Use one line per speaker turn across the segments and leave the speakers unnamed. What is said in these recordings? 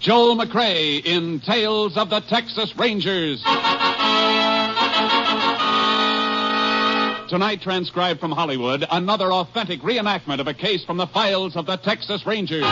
Joel McRae in Tales of the Texas Rangers. Tonight, transcribed from Hollywood, another authentic reenactment of a case from the files of the Texas Rangers.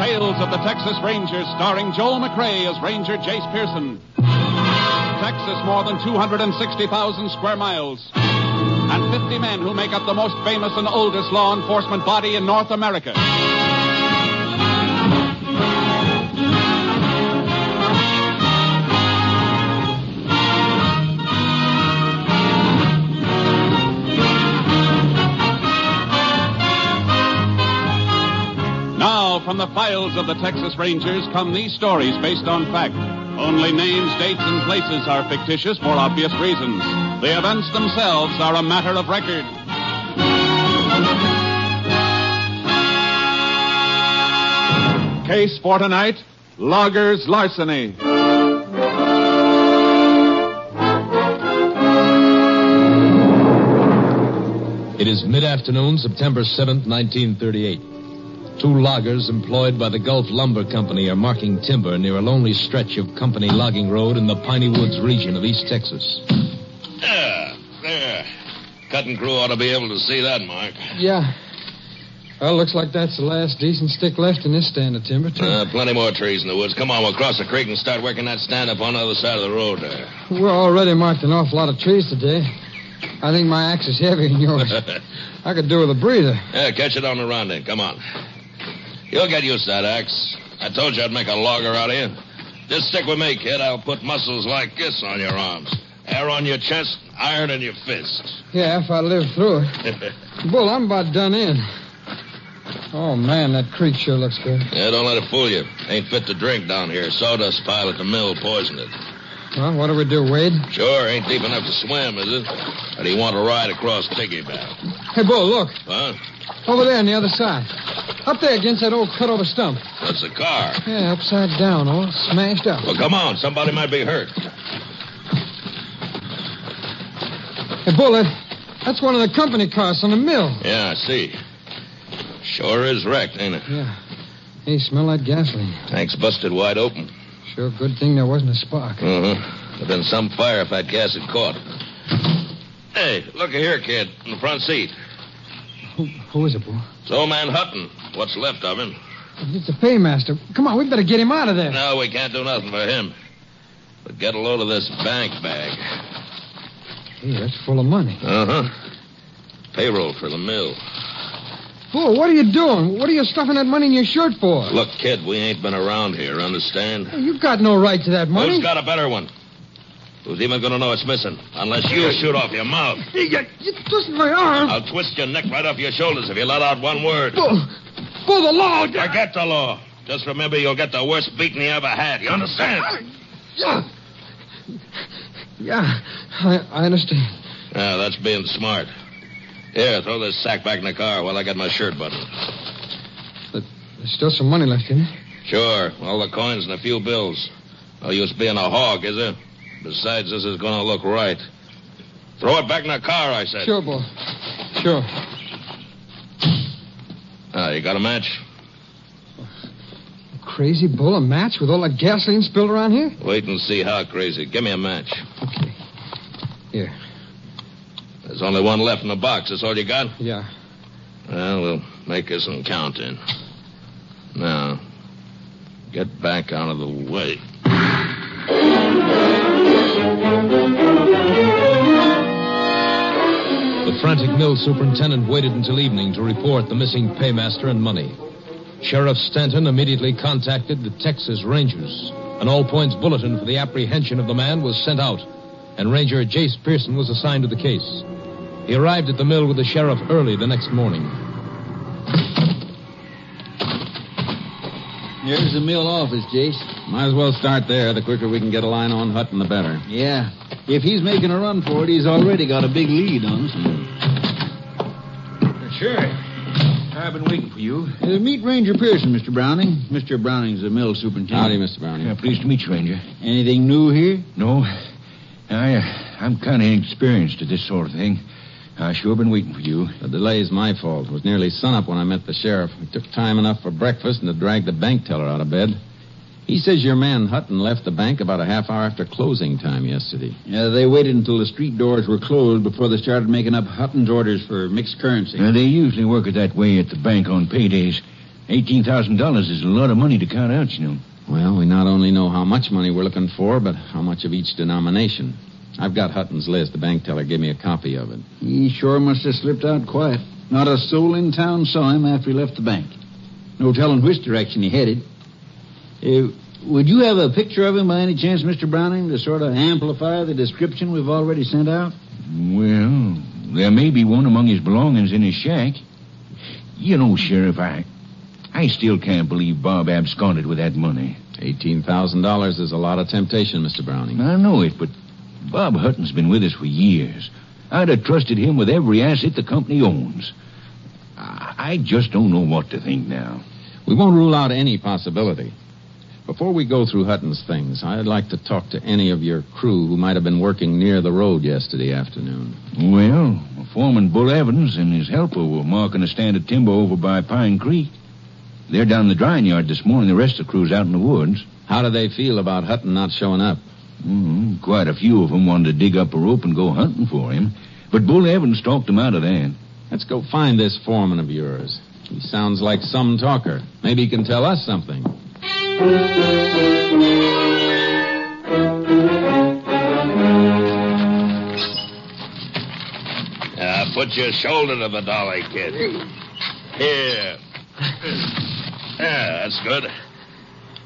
Tales of the Texas Rangers, starring Joel McRae as Ranger Jace Pearson. Texas, more than 260,000 square miles. And 50 men who make up the most famous and oldest law enforcement body in North America. Now, from the files of the Texas Rangers come these stories based on fact. Only names, dates, and places are fictitious for obvious reasons. The events themselves are a matter of record. Case for tonight Logger's Larceny.
It is mid afternoon, September 7th, 1938. Two loggers employed by the Gulf Lumber Company are marking timber near a lonely stretch of company logging road in the Piney Woods region of East Texas.
There, there. Cutting crew ought to be able to see that, Mark.
Yeah. Well, looks like that's the last decent stick left in this stand of timber, too.
Uh, plenty more trees in the woods. Come on, we'll cross the creek and start working that stand up on the other side of the road there.
We're already marked an awful lot of trees today. I think my axe is heavier than yours. I could do with a breather.
Yeah, catch it on the run then. Come on. You'll get used to that axe. I told you I'd make a logger out of you. This stick with me, kid, I'll put muscles like this on your arms. Hair on your chest, iron in your fists.
Yeah, if I live through it. Bull, I'm about done in. Oh, man, that creek sure looks good.
Yeah, don't let it fool you. Ain't fit to drink down here. Sawdust pile at the mill poisoned it.
Well, what do we do, Wade?
Sure, ain't deep enough to swim, is it? Or do you want to ride across piggyback?
Hey, Bull, look.
Huh?
Over there on the other side. Up there against that old cut over stump.
That's the car.
Yeah, upside down, all smashed up.
Well, come on. Somebody might be hurt.
Hey, Bull, that- that's one of the company cars on the mill.
Yeah, I see. Sure is wrecked, ain't it?
Yeah. Hey, smell that gasoline.
Tank's busted wide open.
Sure, good thing there wasn't a spark.
Mm-hmm. There'd been some fire if that gas had caught. Hey, look here, kid, in the front seat.
Who, who is it, Bull?
It's old man Hutton. What's left of him?
It's the paymaster. Come on, we better get him out of there.
No, we can't do nothing for him. But get a load of this bank bag.
Hey, that's full of money.
Uh-huh. Payroll for the mill.
Bull, what are you doing? What are you stuffing that money in your shirt for?
Look, kid, we ain't been around here, understand?
You've got no right to that money.
Who's got a better one? Who's even going to know it's missing? Unless you shoot off your mouth.
Hey, you, you twisted my arm.
I'll twist your neck right off your shoulders if you let out one word.
Bull, Bull, the law.
Forget the law. Just remember you'll get the worst beating you ever had. You understand?
Yeah. Yeah, I, I understand.
Yeah, Ah, that's being smart. Here, throw this sack back in the car while I get my shirt buttoned.
But there's still some money left in it.
Sure, all the coins and a few bills. No use being a hog, is it? Besides, this is going to look right. Throw it back in the car, I said.
Sure, Bull. Sure.
Ah, you got a match?
crazy bull a match with all that gasoline spilled around here?
Wait and see how crazy. Give me a match.
Okay. Here.
There's only one left in the box. That's all you got?
Yeah.
Well, we'll make this one count then. Now, get back out of the way.
The frantic mill superintendent waited until evening to report the missing paymaster and money. Sheriff Stanton immediately contacted the Texas Rangers. An all points bulletin for the apprehension of the man was sent out, and Ranger Jace Pearson was assigned to the case. He arrived at the mill with the sheriff early the next morning.
Here's the mill office, Jace.
Might as well start there. The quicker we can get a line on Hutton, the better.
Yeah. If he's making a run for it, he's already got a big lead on us.
Sure. I've been waiting for you.
Uh, meet Ranger Pearson, Mr. Browning. Mr. Browning's the mill
Howdy,
superintendent.
Mr. Browning.
Yeah, pleased to meet you, Ranger.
Anything new here?
No, I, uh, I'm kind of inexperienced at this sort of thing. I sure been waiting for you.
The delay's my fault. It was nearly sunup when I met the sheriff. We took time enough for breakfast and to drag the bank teller out of bed. He says your man Hutton left the bank about a half hour after closing time yesterday.
Uh, they waited until the street doors were closed before they started making up Hutton's orders for mixed currency.
Uh, they usually work it that way at the bank on paydays. Eighteen thousand dollars is a lot of money to count out, you know.
Well, we not only know how much money we're looking for, but how much of each denomination. I've got Hutton's list. The bank teller gave me a copy of it.
He sure must have slipped out quiet. Not a soul in town saw him after he left the bank. No telling which direction he headed. Uh, would you have a picture of him by any chance, Mr. Browning, to sort of amplify the description we've already sent out?
Well, there may be one among his belongings in his shack. You know, Sheriff, I, I still can't believe Bob absconded with that money.
$18,000 is a lot of temptation, Mr. Browning.
I know it, but Bob Hutton's been with us for years. I'd have trusted him with every asset the company owns. I I just don't know what to think now.
We won't rule out any possibility. Before we go through Hutton's things, I'd like to talk to any of your crew who might have been working near the road yesterday afternoon.
Well, foreman Bull Evans and his helper were marking a stand of timber over by Pine Creek. They're down in the drying yard this morning. The rest of the crew's out in the woods.
How do they feel about Hutton not showing up?
Mhm, Quite a few of 'em wanted to dig up a rope and go hunting for him, but Bull Evans talked 'em out of that.
Let's go find this foreman of yours. He sounds like some talker. Maybe he can tell us something.
Uh, put your shoulder to the dolly, kid. Here. Yeah, that's good.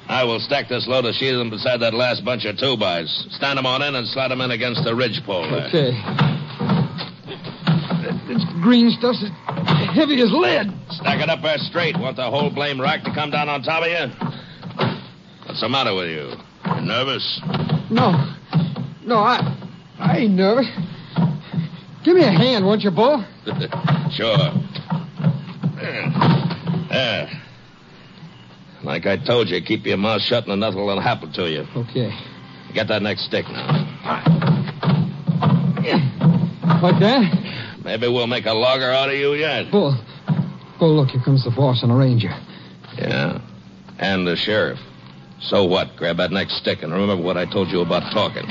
I will stack this load of sheathing beside that last bunch of two-bys. Stand 'em on end and slide 'em in against the ridge pole there.
Okay. This green stuff's as heavy as lead.
Stack it up there straight. Want the whole blame rack to come down on top of you? What's the matter with you? You nervous?
No. No, I I ain't nervous. Give me a hand, won't you, Bull?
Sure. There. There. Like I told you, keep your mouth shut and nothing will happen to you.
Okay.
Get that next stick now.
Like that?
Maybe we'll make a logger out of you yet.
Bull. Bull, look, here comes the boss and a ranger.
Yeah. And the sheriff. So what? Grab that next stick and remember what I told you about talking.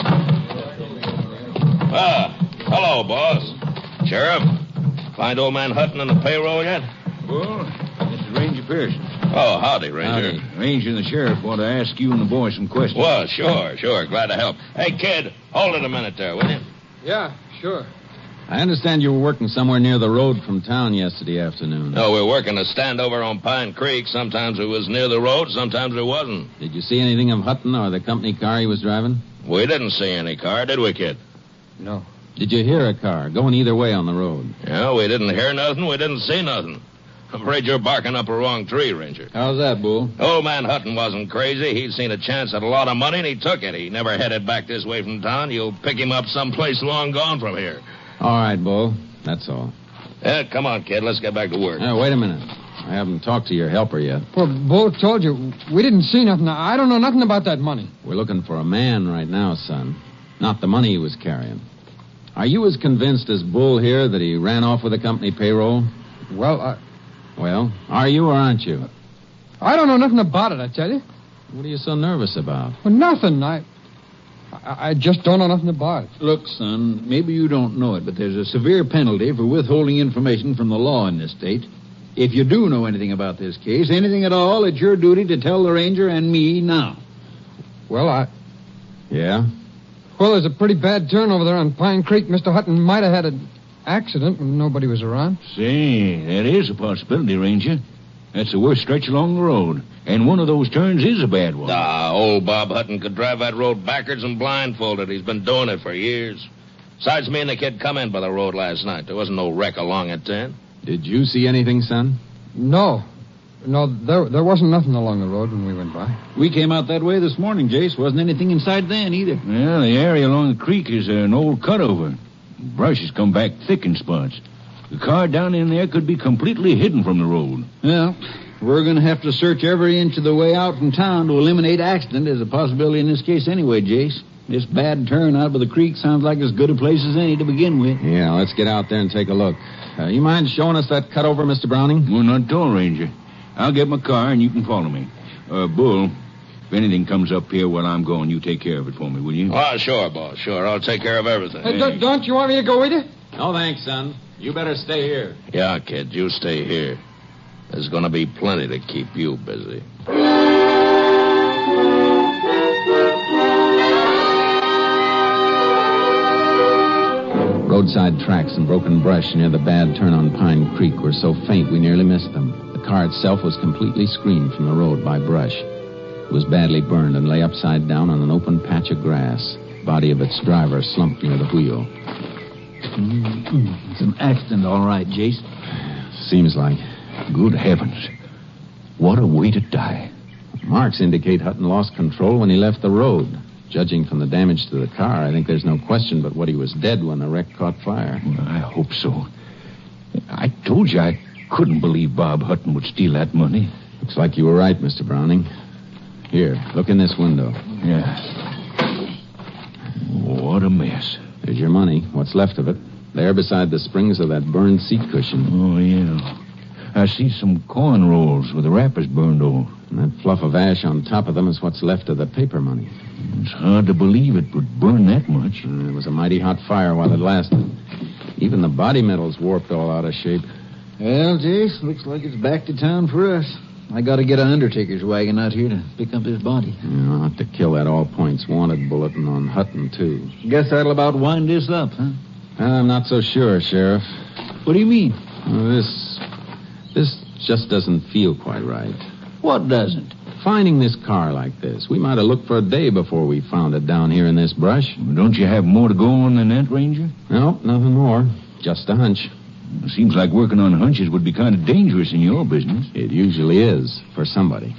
Ah, hello, boss. Sheriff, find old man Hutton in the payroll yet?
Well, this is Ranger Pearson.
Oh, howdy, Ranger.
Ranger and the sheriff want to ask you and the boy some questions.
Well, sure, sure. Glad to help. Hey, kid, hold it a minute there, will you?
Yeah, sure.
I understand you were working somewhere near the road from town yesterday afternoon.
No, we're working a standover on Pine Creek. Sometimes it was near the road, sometimes it wasn't.
Did you see anything of Hutton or the company car he was driving?
We didn't see any car, did we, kid?
No.
Did you hear a car going either way on the road?
Yeah, we didn't hear nothing. We didn't see nothing. I'm afraid you're barking up a wrong tree, Ranger.
How's that, Bull?
Old man Hutton wasn't crazy. He'd seen a chance at a lot of money, and he took it. He never headed back this way from town. You'll pick him up someplace long gone from here.
All right, Bull. That's all.
Yeah, come on, kid. Let's get back to work.
Now, wait a minute. I haven't talked to your helper yet.
Well, Bull told you we didn't see nothing. I don't know nothing about that money.
We're looking for a man right now, son. Not the money he was carrying. Are you as convinced as Bull here that he ran off with the company payroll?
Well, I,
Well, are you or aren't you?
I don't know nothing about it, I tell you.
What are you so nervous about?
Well, nothing. I, I, I just don't know nothing about it.
Look, son, maybe you don't know it, but there's a severe penalty for withholding information from the law in this state. If you do know anything about this case, anything at all, it's your duty to tell the ranger and me now.
Well, I,
Yeah?
well, there's a pretty bad turn over there on Pine Creek. Mr. Hutton might have had an accident when nobody was around.
Say, that is a possibility, Ranger. That's the worst stretch along the road. And one of those turns is a bad one.
Ah, old Bob Hutton could drive that road backwards and blindfolded. He's been doing it for years. Besides, me and the kid come in by the road last night. There wasn't no wreck along it then.
Did you see anything, son?
No, no, there there wasn't nothing along the road when we went by.
We came out that way this morning, Jace. Wasn't anything inside then either.
Well, the area along the creek is an old cutover. Brush has come back thick in spots. The car down in there could be completely hidden from the road.
Well, we're going to have to search every inch of the way out from town to eliminate accident as a possibility in this case anyway, Jace. This bad turn out by the creek sounds like as good a place as any to begin with.
Yeah, let's get out there and take a look. Uh, you mind showing us that cutover, Mr. Browning?
Well, not at all, Ranger. I'll get my car and you can follow me. Uh, Bull, if anything comes up here while I'm gone, you take care of it for me, will you?
Oh, sure, boss, sure. I'll take care of everything.
Hey, don't, don't you want me to go with you?
No, thanks, son. You better stay here.
Yeah, kid, you stay here. There's gonna be plenty to keep you busy.
Roadside tracks and broken brush near the bad turn on Pine Creek were so faint we nearly missed them. The car itself was completely screened from the road by brush. It was badly burned and lay upside down on an open patch of grass. Body of its driver slumped near the wheel.
Mm-hmm. It's an accident, all right, Jace.
Seems like.
Good heavens. What a way to die.
Marks indicate Hutton lost control when he left the road. Judging from the damage to the car, I think there's no question but what he was dead when the wreck caught fire.
I hope so. I told you I couldn't believe Bob Hutton would steal that money.
Looks like you were right, Mr. Browning. Here, look in this window.
Yeah. What a mess.
There's your money, what's left of it. There beside the springs of that burned seat cushion.
Oh, yeah. I see some corn rolls with the wrappers burned off.
And that fluff of ash on top of them is what's left of the paper money.
It's hard to believe it would burn that much.
And Mm, it was a mighty hot fire while it lasted. Even the body metal's warped all out of shape.
Well, Jace, looks like it's back to town for us. I got to get an undertaker's wagon out here to pick up his body.
You know, I'll have to kill that all points wanted bulletin on Hutton, too.
Guess that'll about wind this up, huh?
I'm not so sure, Sheriff.
What do you mean?
Well, This. This just doesn't feel quite right.
What doesn't?
Finding this car like this, we might have looked for a day before we found it down here in this brush.
Don't you have more to go on than that, Ranger?
Nope, nothing more. Just a hunch.
Seems like working on hunches would be kind of dangerous in your business.
It usually is for somebody.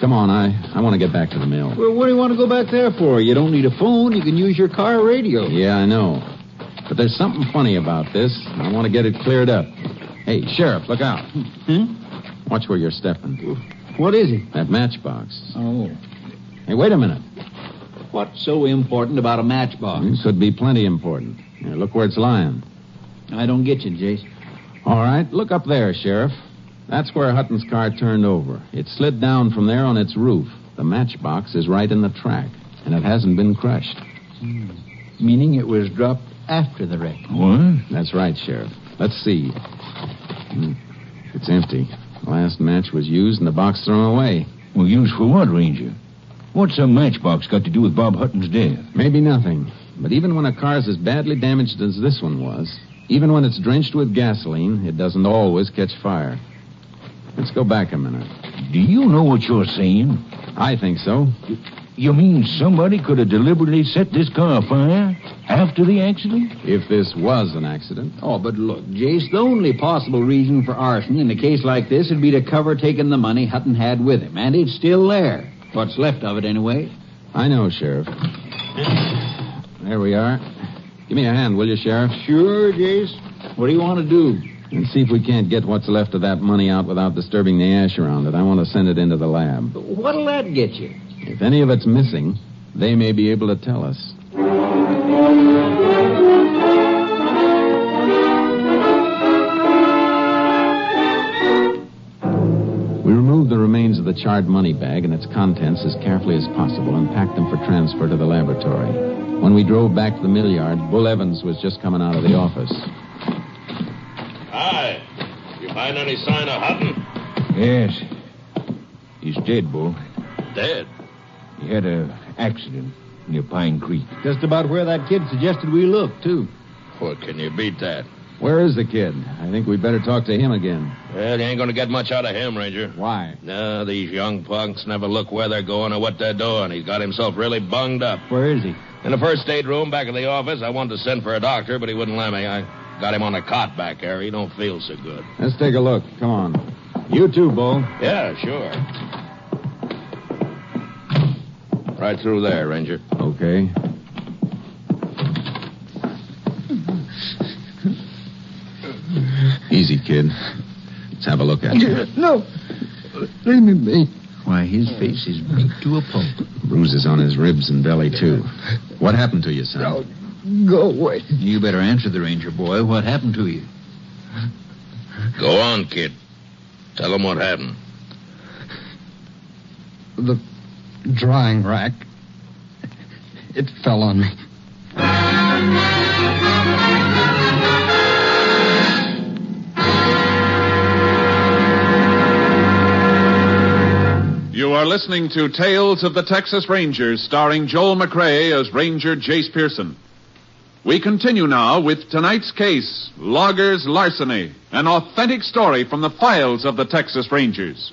Come on, I, I want to get back to the mill.
Well, what do you want to go back there for? You don't need a phone. You can use your car radio.
Yeah, I know. But there's something funny about this, and I want to get it cleared up. Hey, Sheriff, look out.
Huh?
Watch where you're stepping.
What is it?
That matchbox.
Oh.
Hey, wait a minute.
What's so important about a matchbox?
This could be plenty important. Here, look where it's lying.
I don't get you, Jace.
All right, look up there, Sheriff. That's where Hutton's car turned over. It slid down from there on its roof. The matchbox is right in the track, and it hasn't been crushed.
Hmm. Meaning it was dropped after the wreck.
What?
That's right, Sheriff. Let's see. Hmm, It's empty. The last match was used and the box thrown away.
Well, used for what, Ranger? What's a matchbox got to do with Bob Hutton's death?
Maybe nothing. But even when a car's as badly damaged as this one was, even when it's drenched with gasoline, it doesn't always catch fire. Let's go back a minute.
Do you know what you're saying?
I think so.
You mean somebody could have deliberately set this car afire after the accident?
If this was an accident.
Oh, but look, Jace, the only possible reason for arson in a case like this would be to cover taking the money Hutton had with him, and it's still there. What's left of it, anyway.
I know, Sheriff. There we are. Give me a hand, will you, Sheriff?
Sure, Jace. What do you want to do?
And see if we can't get what's left of that money out without disturbing the ash around it. I want to send it into the lab.
What'll that get you?
If any of it's missing, they may be able to tell us. We removed removed the remains of the charred money bag and its contents as carefully as possible and packed them for transfer to the laboratory. When we drove back to the mill yard, Bull Evans was just coming out of the office.
Hi. You find any sign of Hutton?
Yes. He's dead, Bull.
Dead.
He had an accident near Pine Creek.
Just about where that kid suggested we look, too.
What can you beat that?
Where is the kid? I think we'd better talk to him again.
Well, you ain't gonna get much out of him, Ranger.
Why?
No, these young punks never look where they're going or what they're doing. He's got himself really bunged up.
Where is he?
In the first aid room back of the office, I wanted to send for a doctor, but he wouldn't let me. I got him on a cot back there. He don't feel so good.
Let's take a look. Come on. You too, Bull.
Yeah, sure. Right through there, Ranger.
Okay. Easy, kid. Let's have a look at you.
No. Leave me be.
Why, his face is beat to a pulp. Bruises on his ribs and belly, too. What happened to you, son?
Go away.
You better answer the ranger boy. What happened to you?
Go on, kid. Tell him what happened.
The drying rack. It fell on me.
You are listening to Tales of the Texas Rangers, starring Joel McRae as Ranger Jace Pearson. We continue now with tonight's case, Logger's Larceny, an authentic story from the files of the Texas Rangers.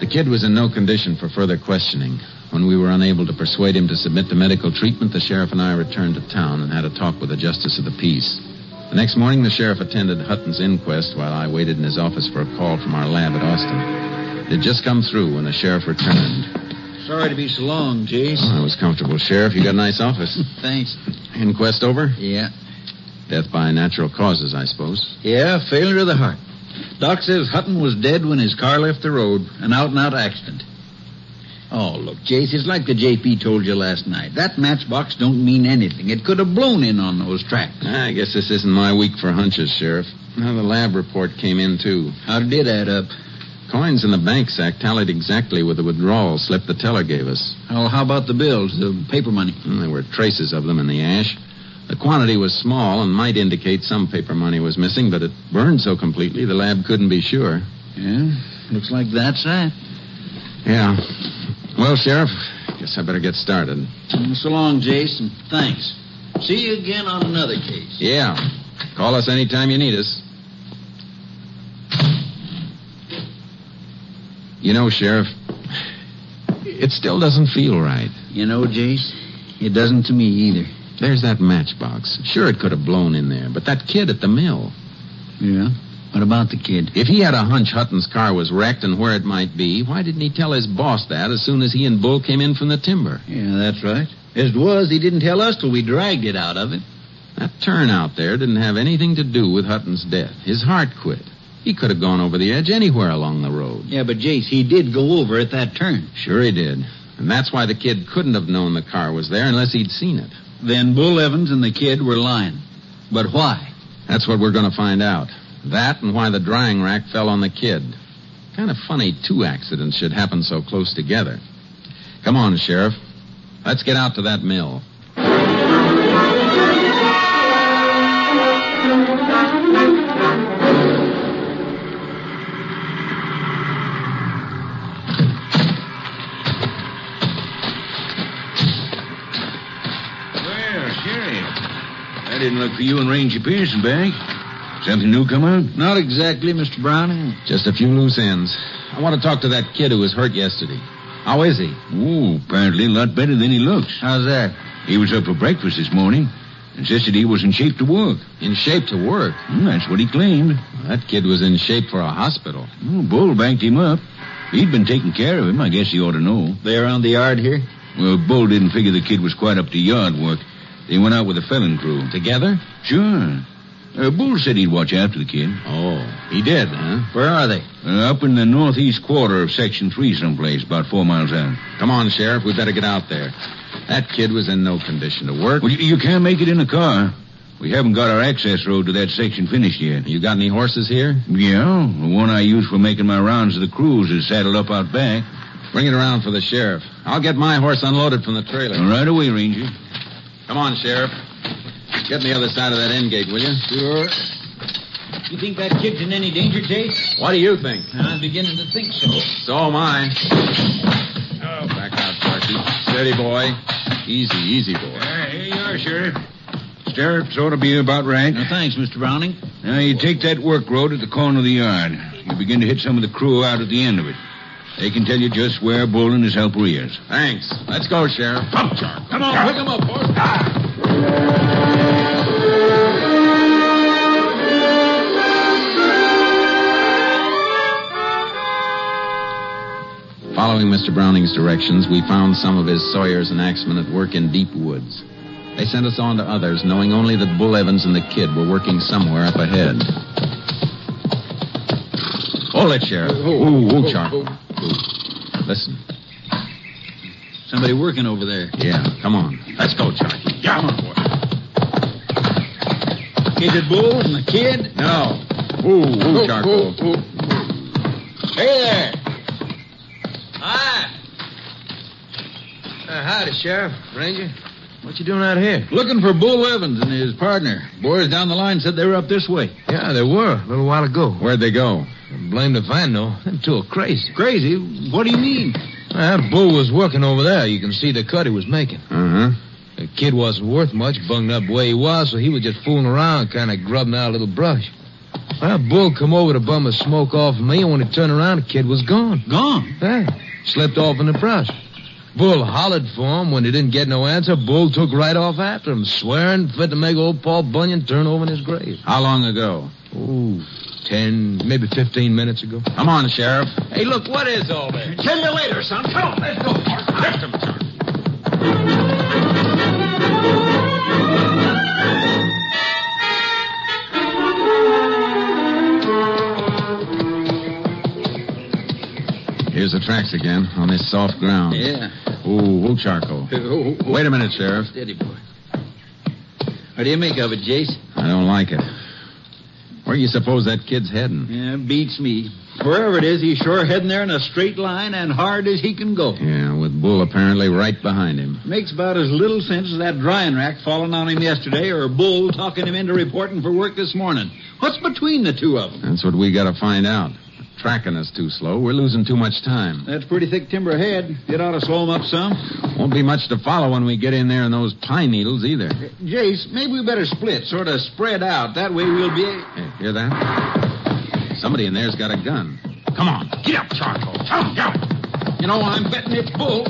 The kid was in no condition for further questioning. When we were unable to persuade him to submit to medical treatment, the sheriff and I returned to town and had a talk with the justice of the peace. The next morning, the sheriff attended Hutton's inquest while I waited in his office for a call from our lab at Austin. It had just come through when the sheriff returned.
Sorry to be so long, Jace.
Oh, I was comfortable, sheriff. You got a nice office.
Thanks.
Inquest over?
Yeah.
Death by natural causes, I suppose.
Yeah, failure of the heart. Doc says Hutton was dead when his car left the road, an out and out accident. Oh, look, Jace, it's like the JP told you last night. That matchbox don't mean anything. It could have blown in on those tracks.
I guess this isn't my week for hunches, Sheriff. Now, the lab report came in, too.
How did it add up?
Coins in the bank sack tallied exactly with the withdrawal slip the teller gave us.
Well, how about the bills, the paper money?
And there were traces of them in the ash. The quantity was small and might indicate some paper money was missing, but it burned so completely the lab couldn't be sure.
Yeah, looks like that's that.
Yeah. Well, Sheriff, guess I better get started.
So long, Jace, and thanks. See you again on another case.
Yeah. Call us anytime you need us. You know, Sheriff, it still doesn't feel right.
You know, Jace, it doesn't to me either.
There's that matchbox. Sure, it could have blown in there, but that kid at the mill.
Yeah? What about the kid?
If he had a hunch Hutton's car was wrecked and where it might be, why didn't he tell his boss that as soon as he and Bull came in from the timber?
Yeah, that's right. As it was, he didn't tell us till we dragged it out of him.
That turn out there didn't have anything to do with Hutton's death. His heart quit. He could have gone over the edge anywhere along the road.
Yeah, but Jace, he did go over at that turn.
Sure he did. And that's why the kid couldn't have known the car was there unless he'd seen it.
Then Bull Evans and the kid were lying. But why?
That's what we're going to find out. That and why the drying rack fell on the kid. Kind of funny two accidents should happen so close together. Come on, Sheriff. Let's get out to that mill.
Well, Sheriff, I didn't look for you and Ranger Pearson back. Something new come out?
Not exactly, Mr. Browning.
Just a few loose ends. I want to talk to that kid who was hurt yesterday. How is he?
Oh, apparently a lot better than he looks.
How's that?
He was up for breakfast this morning. Insisted he was in shape to work.
In shape to work.
Hmm, that's what he claimed.
That kid was in shape for a hospital.
Oh, Bull banked him up. He'd been taking care of him. I guess he ought to know.
They around the yard here?
Well, Bull didn't figure the kid was quite up to yard work. They went out with a felon crew.
Together?
Sure. Uh, Bull said he'd watch after the kid.
Oh, he did, huh?
Where are they?
Uh, up in the northeast quarter of Section 3 someplace, about four miles out.
Come on, Sheriff. We better get out there. That kid was in no condition to work.
Well, you, you can't make it in a car. We haven't got our access road to that section finished yet.
You got any horses here?
Yeah, the one I use for making my rounds of the crews is saddled up out back.
Bring it around for the sheriff. I'll get my horse unloaded from the trailer.
Right away, Ranger.
Come on, sheriff. Get me the other side of that end gate, will you?
Sure. You think that kid's in any danger, Chase?
What do you think?
I'm beginning to think so.
So am I. Oh, back out, Parky. Steady, boy. Easy, easy, boy.
here you are, Sheriff. Stirrups ought to be about right.
Now, thanks, Mr. Browning.
Now, you take that work road at the corner of the yard. You begin to hit some of the crew out at the end of it. They can tell you just where Bull and his helper is.
Thanks. Let's go, sheriff.
Come on, pick him up, boys.
Following Mr. Browning's directions, we found some of his sawyers and axemen at work in deep woods. They sent us on to others, knowing only that Bull Evans and the kid were working somewhere up ahead. Hold it, Sheriff.
Oh,
Ooh, ooh, Char. Ooh. Listen.
Somebody working over there.
Yeah, come on. Let's go, Charlie.
Come on, boy. Is it Bull and the kid?
No. Ooh, ooh, charcoal.
Hey there. Hi. Uh, howdy, Sheriff. Ranger. What you doing out here?
Looking for Bull Evans and his partner. Boys down the line said they were up this way.
Yeah, they were a little while ago.
Where'd they go?
Blamed if I know. Them two are crazy.
Crazy? What do you mean?
Well, that bull was working over there. You can see the cut he was making.
Uh-huh.
Uh huh.
The kid wasn't worth much, bunged up the way he was, so he was just fooling around, kind of grubbing out a little brush. Well, bull come over to bum a smoke off me, and when he turned around, the kid was gone.
Gone.
Yeah, slipped off in the brush. Bull hollered for him. When he didn't get no answer, Bull took right off after him, swearing fit to make old Paul Bunyan turn over in his grave.
How long ago?
Ooh, ten, maybe fifteen minutes ago.
Come on, Sheriff.
Hey, look, what is all this?
Send you later, son. Come on, let's go.
Here's the tracks again on this soft ground.
Yeah.
Ooh, ooh, charcoal.
Oh, oh,
Wait a minute, Sheriff.
Steady, boy. What do you make of it, Jace?
I don't like it. Where do you suppose that kid's heading?
Yeah, beats me. Wherever it is, he's sure heading there in a straight line and hard as he can go.
Yeah, with Bull apparently right behind him.
Makes about as little sense as that drying rack falling on him yesterday or Bull talking him into reporting for work this morning. What's between the two of them?
That's what we gotta find out. Tracking us too slow. We're losing too much time.
That's pretty thick timber ahead. It ought to slow him up some.
Won't be much to follow when we get in there in those pine needles either.
Jace, maybe we better split, sort of spread out. That way we'll be.
Hey, hear that? Somebody in there's got a gun. Come on, get up, Charcoal. Come, go.
You know, I'm betting it's Bull.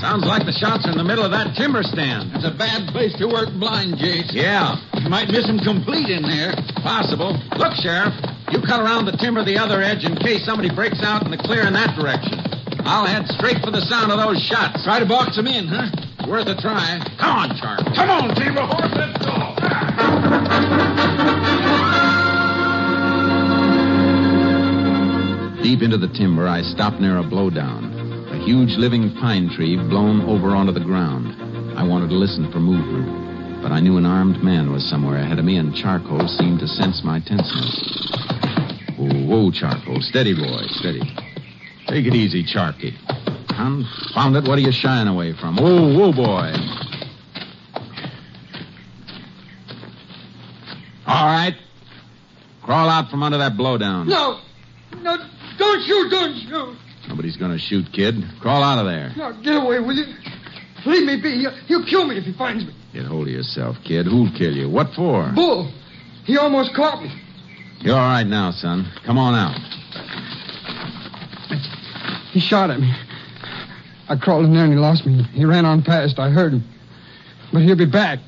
Sounds like the shots are in the middle of that timber stand.
It's a bad place to work blind, Jace.
Yeah,
You might miss him complete in there.
possible. Look, Sheriff, you cut around the timber the other edge in case somebody breaks out in the clear in that direction. I'll head straight for the sound of those shots.
Try to box him in, huh?
Worth a try. Come on, Charcoal.
Come on, team of horse, let's go.
Deep into the timber, I stopped near a blowdown, a huge living pine tree blown over onto the ground. I wanted to listen for movement, but I knew an armed man was somewhere ahead of me, and Charcoal seemed to sense my tenseness. Whoa, whoa, Charcoal. Steady, boy, steady. Take it easy, Charky. Confound it, what are you shying away from? Whoa, whoa, boy. All right. Crawl out from under that blowdown.
No, no, don't shoot, don't shoot.
Nobody's going to shoot, kid. Crawl out of there.
Now get away, will you? Leave me be. He'll, he'll kill me if he finds me.
Get hold of yourself, kid. Who'll kill you? What for?
Bull, he almost caught me.
You're all right now, son. Come on out.
He shot at me. I crawled in there and he lost me. He ran on past. I heard him. But he'll be back.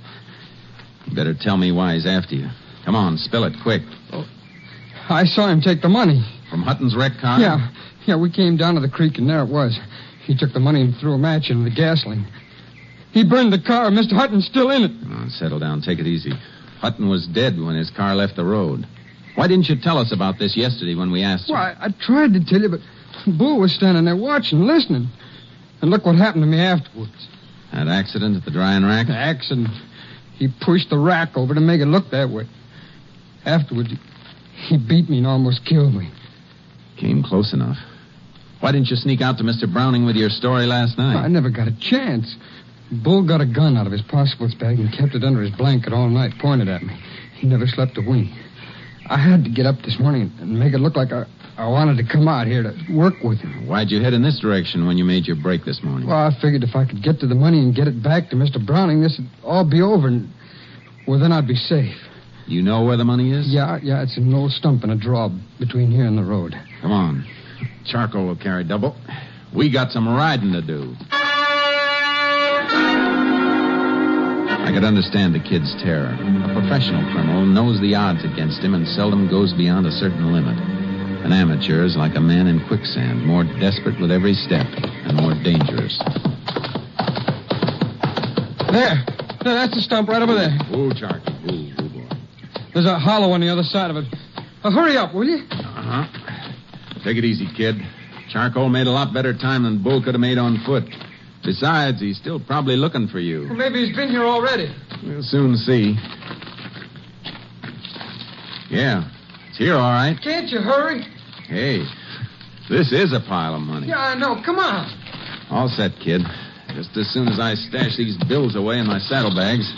You better tell me why he's after you. Come on, spill it quick.
I saw him take the money.
From Hutton's wreck car?
Yeah, yeah, we came down to the creek and there it was. He took the money and threw a match into the gasoline. He burned the car. Mr. Hutton's still in it.
Come on, settle down. Take it easy. Hutton was dead when his car left the road. Why didn't you tell us about this yesterday when we asked you?
Why, I tried to tell you, but Bull was standing there watching, listening. And look what happened to me afterwards.
That accident at the drying rack?
Accident. He pushed the rack over to make it look that way. Afterward, he beat me and almost killed me.
Came close enough. Why didn't you sneak out to Mr. Browning with your story last night?
I never got a chance. Bull got a gun out of his passports bag and kept it under his blanket all night, pointed at me. He never slept a wink. I had to get up this morning and make it look like I, I wanted to come out here to work with him.
Why'd you head in this direction when you made your break this morning?
Well, I figured if I could get to the money and get it back to Mr. Browning, this would all be over, and well, then I'd be safe.
You know where the money is?
Yeah, yeah, it's an old stump in a draw between here and the road.
Come on. Charcoal will carry double. We got some riding to do. I could understand the kid's terror. A professional criminal knows the odds against him and seldom goes beyond a certain limit. An amateur is like a man in quicksand, more desperate with every step and more dangerous.
There. There, that's the stump right over there.
Ooh, Charcoal. Ooh, ooh, boy.
There's a hollow on the other side of it. Now, hurry up, will you?
Uh huh. Take it easy, kid. Charcoal made a lot better time than Bull could have made on foot. Besides, he's still probably looking for you.
Well, maybe he's been here already.
We'll soon see. Yeah, it's here, all right.
Can't you hurry?
Hey, this is a pile of money.
Yeah, I know. Come on.
All set, kid. Just as soon as I stash these bills away in my saddlebags,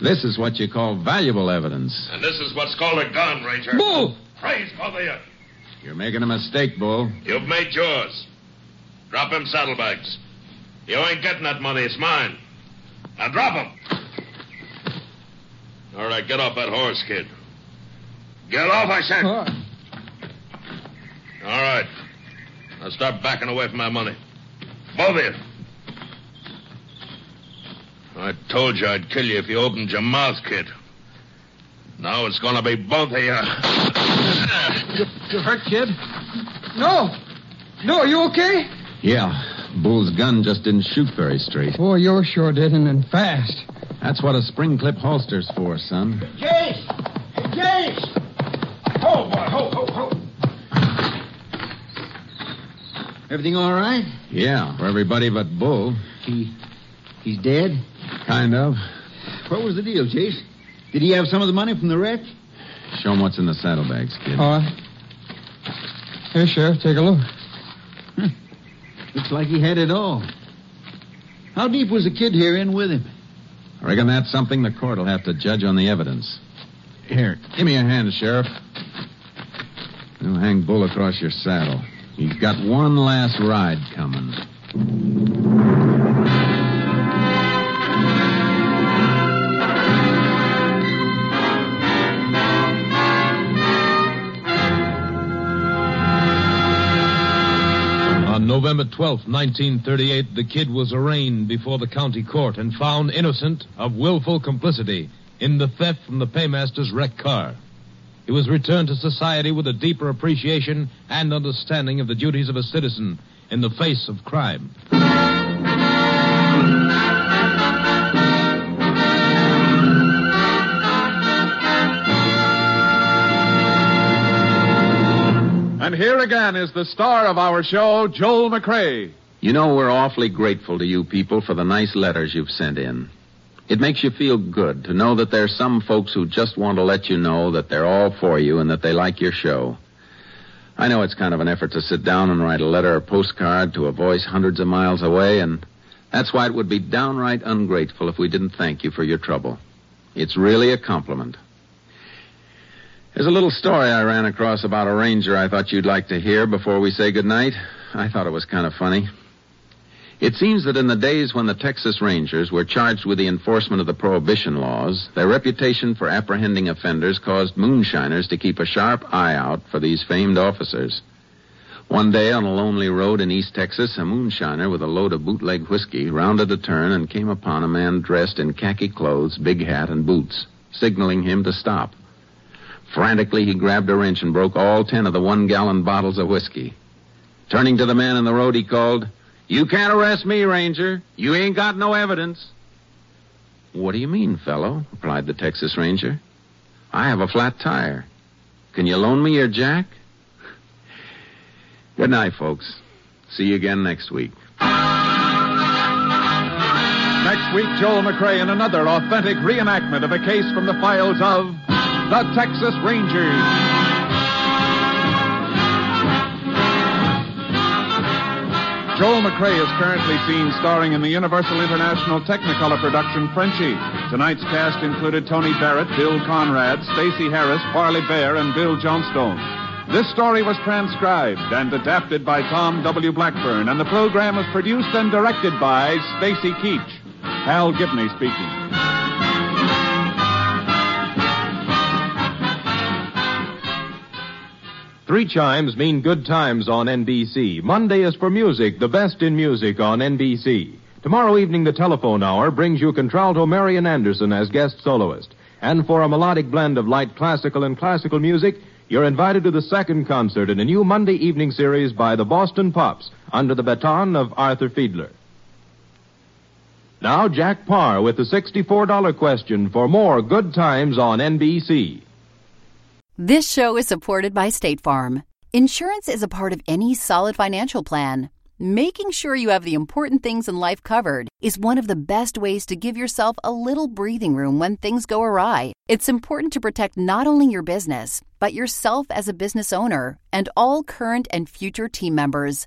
this is what you call valuable evidence.
And this is what's called a gun, Ranger.
Bull!
Praise Father Yuk.
You're making a mistake, Bull.
You've made yours. Drop them saddlebags. You ain't getting that money. It's mine. Now drop them. All right, get off that horse, kid. Get off, I said.
All
right. Now start backing away from my money. Both of you. I told you I'd kill you if you opened your mouth, kid. Now it's gonna be both of you.
You, you hurt, kid?
No. No, are you okay?
Yeah, Bull's gun just didn't shoot very straight.
Boy, Oh, you sure did, and then fast.
That's what a spring clip holster's for, son.
Jace! Jace! Ho, Oh, boy, ho, ho, ho.
Everything all right?
Yeah, for everybody but Bull.
He, he's dead?
Kind of.
What was the deal, Chase? Did he have some of the money from the wreck?
Show 'em what's in the saddlebags, kid.
All right. Here, Sheriff, take a look.
Hmm. Looks like he had it all. How deep was the kid here in with him?
I reckon that's something the court'll have to judge on the evidence. Here, give me a hand, Sheriff. You'll hang Bull across your saddle. He's got one last ride coming.
On November 12, 1938, the kid was arraigned before the county court and found innocent of willful complicity in the theft from the paymaster's wrecked car. He was returned to society with a deeper appreciation and understanding of the duties of a citizen in the face of crime.
And here again is the star of our show, Joel McRae.
You know, we're awfully grateful to you people for the nice letters you've sent in. It makes you feel good to know that there's some folks who just want to let you know that they're all for you and that they like your show. I know it's kind of an effort to sit down and write a letter or postcard to a voice hundreds of miles away, and that's why it would be downright ungrateful if we didn't thank you for your trouble. It's really a compliment. There's a little story I ran across about a ranger I thought you'd like to hear before we say goodnight. I thought it was kind of funny. It seems that in the days when the Texas Rangers were charged with the enforcement of the prohibition laws, their reputation for apprehending offenders caused moonshiners to keep a sharp eye out for these famed officers. One day on a lonely road in East Texas, a moonshiner with a load of bootleg whiskey rounded a turn and came upon a man dressed in khaki clothes, big hat, and boots, signaling him to stop. Frantically, he grabbed a wrench and broke all ten of the one gallon bottles of whiskey. Turning to the man in the road, he called, You can't arrest me, Ranger. You ain't got no evidence. What do you mean, fellow? replied the Texas Ranger. I have a flat tire. Can you loan me your jack? Good night, folks. See you again next week.
Next week, Joel McRae in another authentic reenactment of a case from the files of the Texas Rangers. Joel McRae is currently seen starring in the Universal International Technicolor production Frenchie. Tonight's cast included Tony Barrett, Bill Conrad, Stacy Harris, Farley Bear, and Bill Johnstone. This story was transcribed and adapted by Tom W. Blackburn, and the program was produced and directed by Stacy Keach. Hal Gibney speaking.
Three chimes mean good times on NBC. Monday is for music, the best in music on NBC. Tomorrow evening, the telephone hour brings you contralto Marian Anderson as guest soloist. And for a melodic blend of light classical and classical music, you're invited to the second concert in a new Monday evening series by the Boston Pops under the baton of Arthur Fiedler. Now, Jack Parr with the $64 question for more good times on NBC.
This show is supported by State Farm. Insurance is a part of any solid financial plan. Making sure you have the important things in life covered is one of the best ways to give yourself a little breathing room when things go awry. It's important to protect not only your business, but yourself as a business owner and all current and future team members.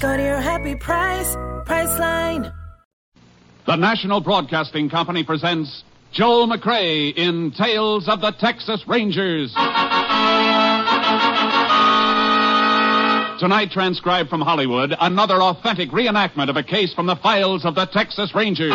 Go to your happy price, Priceline.
The National Broadcasting Company presents Joel McRae in Tales of the Texas Rangers. Tonight, transcribed from Hollywood, another authentic reenactment of a case from the files of the Texas Rangers.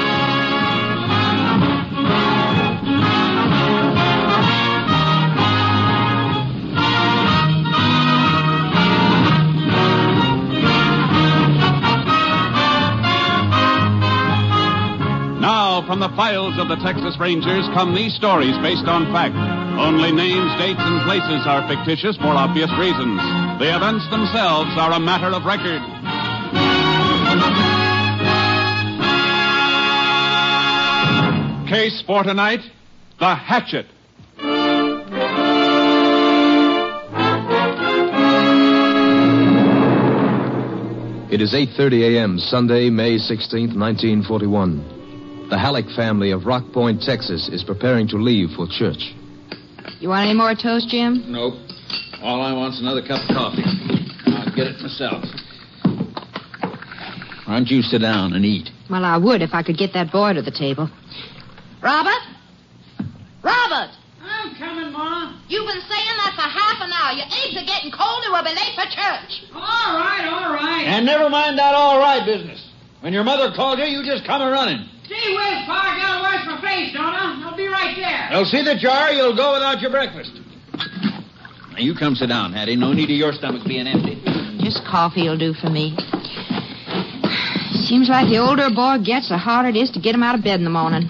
Now, from the files of the Texas Rangers come these stories based on fact. Only names, dates, and places are fictitious for obvious reasons. The events themselves are a matter of record. Case for tonight The Hatchet.
It is 8:30 a.m. Sunday, May 16th, 1941. The Halleck family of Rock Point, Texas is preparing to leave for church.
You want any more toast, Jim?
Nope. All I want's another cup of coffee. I'll get it myself. Why don't you sit down and eat?
Well, I would if I could get that boy to the table. Robert? Robert!
I'm coming, Ma.
You've been saying that for half an hour. Your eggs are getting cold and we'll be late for church.
All right, all right.
And never mind that all right business. When your mother called you, you just come a running.
Gee whiz, Pa, I gotta wash my face, don't I? I'll be right there.
They'll see that you are, you'll go without your breakfast. Now, you come sit down, Hattie. No need of your stomach being empty.
Just coffee will do for me. Seems like the older a boy gets, the harder it is to get him out of bed in the morning.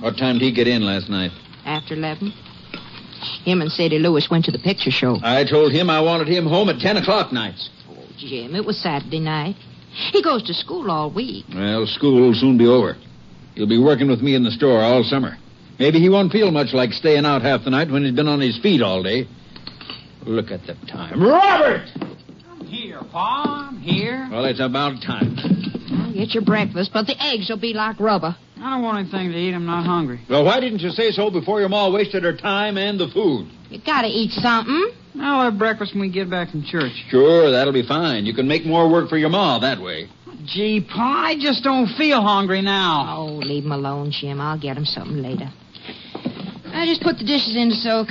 What time did he get in last night?
After 11. Him and Sadie Lewis went to the picture show.
I told him I wanted him home at 10 o'clock nights.
Jim, it was Saturday night. He goes to school all week.
Well, school will soon be over. He'll be working with me in the store all summer. Maybe he won't feel much like staying out half the night when he's been on his feet all day. Look at the time. Robert!
Here, Palm, here.
Well, it's about time.
I'll get your breakfast, but the eggs will be like rubber.
I don't want anything to eat. I'm not hungry.
Well, why didn't you say so before your ma wasted her time and the food?
You gotta eat something.
I'll have breakfast when we get back from church.
Sure, that'll be fine. You can make more work for your ma that way.
Gee, Pa, I just don't feel hungry now.
Oh, leave him alone, Jim. I'll get him something later. I just put the dishes in to soak.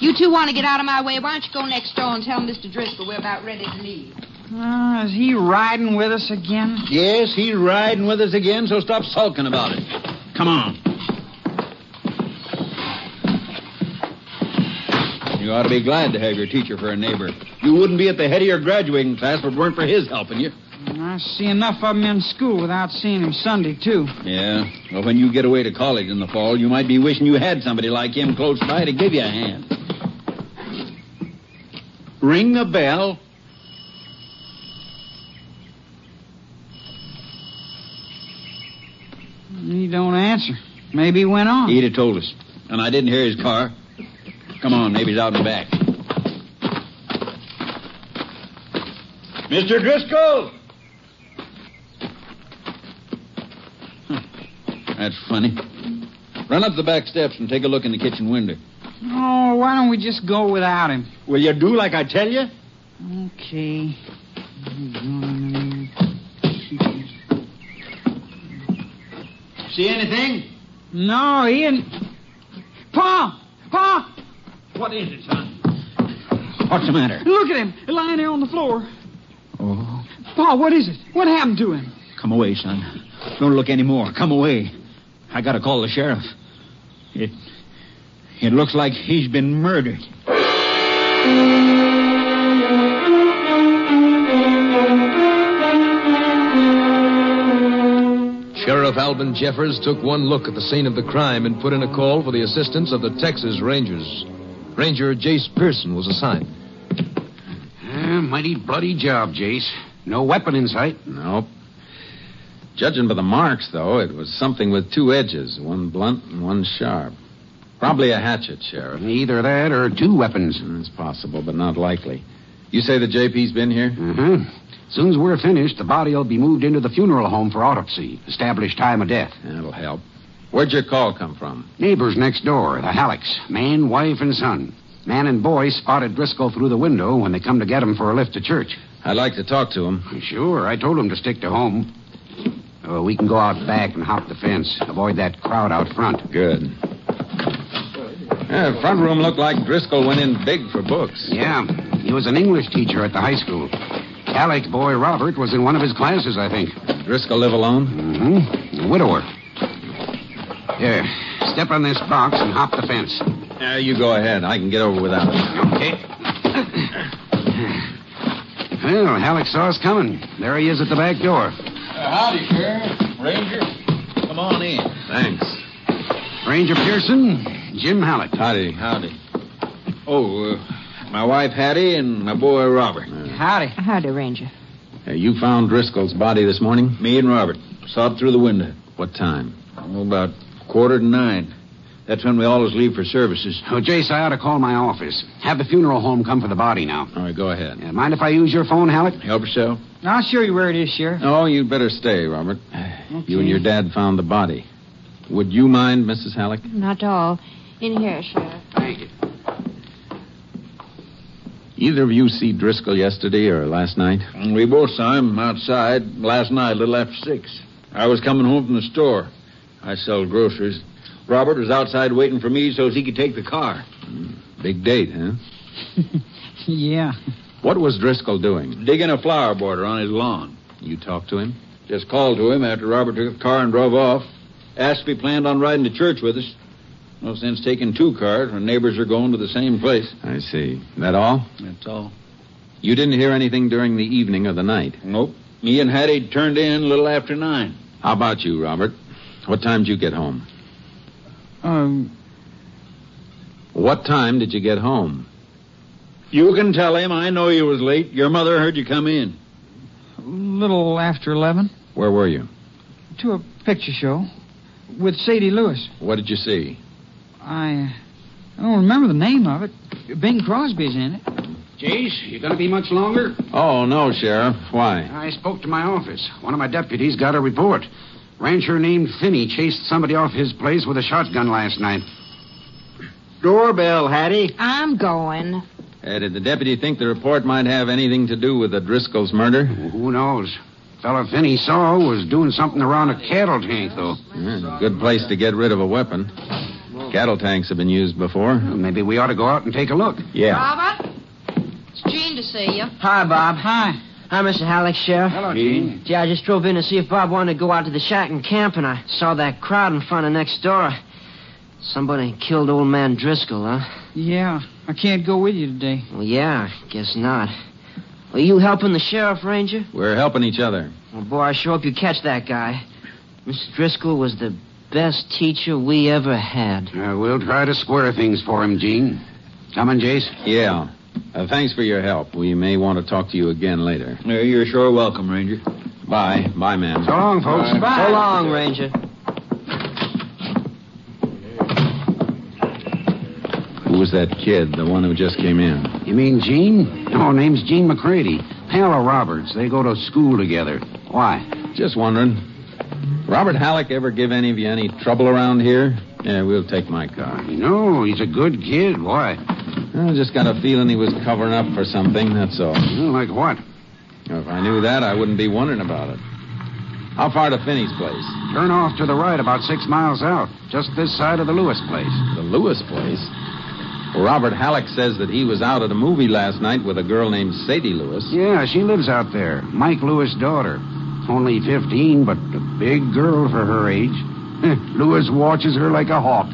You two want to get out of my way. Why don't you go next door and tell Mr. Driscoll we're about ready to leave?
Uh, is he riding with us again?
Yes, he's riding with us again, so stop sulking about it. Come on. You ought to be glad to have your teacher for a neighbor. You wouldn't be at the head of your graduating class if it weren't for his helping you.
I see enough of him in school without seeing him Sunday, too.
Yeah. Well, when you get away to college in the fall, you might be wishing you had somebody like him close by to give you a hand. Ring the bell.
He don't answer. Maybe he went on.
He'd have told us. And I didn't hear his car. Come on, maybe he's out in the back. Mr. Driscoll! Huh. That's funny. Run up the back steps and take a look in the kitchen window.
Oh, why don't we just go without him?
Will you do like I tell you?
Okay.
See anything?
No, he ain't. Pa! Pa!
What is it, son?
What's the matter?
Look at him, lying there on the floor. Oh. Pa, what is it? What happened to him?
Come away, son. Don't look any more. Come away. I gotta call the sheriff. It it looks like he's been murdered.
Sheriff Alvin Jeffers took one look at the scene of the crime and put in a call for the assistance of the Texas Rangers. Ranger Jace Pearson was assigned.
Eh, mighty bloody job, Jace. No weapon in sight.
Nope. Judging by the marks, though, it was something with two edges, one blunt and one sharp. Probably a hatchet, Sheriff. Mm,
Either that or two weapons.
It's possible, but not likely. You say the JP's been here?
Mm-hmm. Soon as we're finished, the body will be moved into the funeral home for autopsy. Establish time of death.
That'll help. Where'd your call come from?
Neighbors next door, the Hallecks. Man, wife, and son. Man and boy spotted Driscoll through the window when they come to get him for a lift to church.
I'd like to talk to him.
Sure, I told him to stick to home. Uh, we can go out back and hop the fence. Avoid that crowd out front.
Good. Yeah, front room looked like Driscoll went in big for books.
Yeah, he was an English teacher at the high school. Alec boy Robert was in one of his classes, I think.
Driscoll live alone?
Mm-hmm. Widower. Here, step on this box and hop the fence.
Yeah, you go ahead. I can get over without it.
Okay. Well, Alec saw us coming. There he is at the back door.
Uh, howdy, Sheriff. Ranger. Come on in.
Thanks.
Ranger Pearson, Jim Halleck.
Howdy. Howdy. Oh, uh, my wife Hattie and my boy Robert.
Howdy.
Howdy, Ranger.
Uh, you found Driscoll's body this morning?
Me and Robert. Saw it through the window.
What time?
Oh, about quarter to nine. That's when we always leave for services.
Oh, Jace, I ought to call my office. Have the funeral home come for the body now.
All right, go ahead.
Uh, mind if I use your phone, Halleck?
Help yourself.
I'll show you where it is, Sheriff.
Oh, you'd better stay, Robert. You and your dad found the body. Would you mind, Mrs. Halleck?
Not all. In here, Sheriff.
Thank you.
Either of you see Driscoll yesterday or last night?
Mm, We both saw him outside last night, a little after six. I was coming home from the store. I sell groceries. Robert was outside waiting for me so as he could take the car.
Mm, Big date, huh?
Yeah.
What was Driscoll doing?
Digging a flower border on his lawn.
You talked to him?
Just called to him after Robert took the car and drove off. Asked if he planned on riding to church with us. No sense taking two cars when neighbors are going to the same place.
I see. That all?
That's all.
You didn't hear anything during the evening or the night?
Nope. Me and Hattie turned in a little after nine.
How about you, Robert? What time did you get home?
Um,
What time did you get home?
You can tell him I know you was late. Your mother heard you come in.
a little after 11
Where were you?
to a picture show with Sadie Lewis.
What did you see?
I, I don't remember the name of it. Bing Crosby's in it.
Jase, you gonna be much longer?
Oh, no, Sheriff. Why?
I spoke to my office. One of my deputies got a report. Rancher named Finney chased somebody off his place with a shotgun last night.
Doorbell, Hattie.
I'm going.
Uh, did the deputy think the report might have anything to do with the Driscoll's murder?
Who knows? Fella Finney saw was doing something around a cattle tank, though.
good place to get rid of a weapon. Cattle tanks have been used before.
maybe we ought to go out and take a look.
Yeah.
Robert? It's Jean to see you.
Hi, Bob. Hi. Hi, Mr. Halleck, Sheriff. Hello,
Gene.
Gee, I just drove in to see if Bob wanted to go out to the shack and camp, and I saw that crowd in front of next door. Somebody killed old man Driscoll, huh?
Yeah, I can't go with you today.
Well, yeah, guess not. Are you helping the sheriff, Ranger?
We're helping each other.
Well, boy, I sure hope you catch that guy. Mr. Driscoll was the best teacher we ever had.
Uh, we'll try to square things for him, Gene. Coming, Jase?
Yeah. Uh, thanks for your help. We may want to talk to you again later. You're sure welcome, Ranger. Bye. Bye, ma'am.
So long, folks.
So long, Ranger.
Who was that kid, the one who just came in?
You mean Gene? No, name's Gene McCready. Pal of Roberts. They go to school together. Why?
Just wondering. Robert Halleck ever give any of you any trouble around here? Yeah, we'll take my car.
No, he's a good kid. Why?
I just got a feeling he was covering up for something, that's all.
Like what?
If I knew that, I wouldn't be wondering about it. How far to Finney's place?
Turn off to the right about six miles out, just this side of the Lewis place.
The Lewis place? Well, Robert Halleck says that he was out at a movie last night with a girl named Sadie Lewis.
Yeah, she lives out there. Mike Lewis' daughter. Only 15, but a big girl for her age. Lewis watches her like a hawk.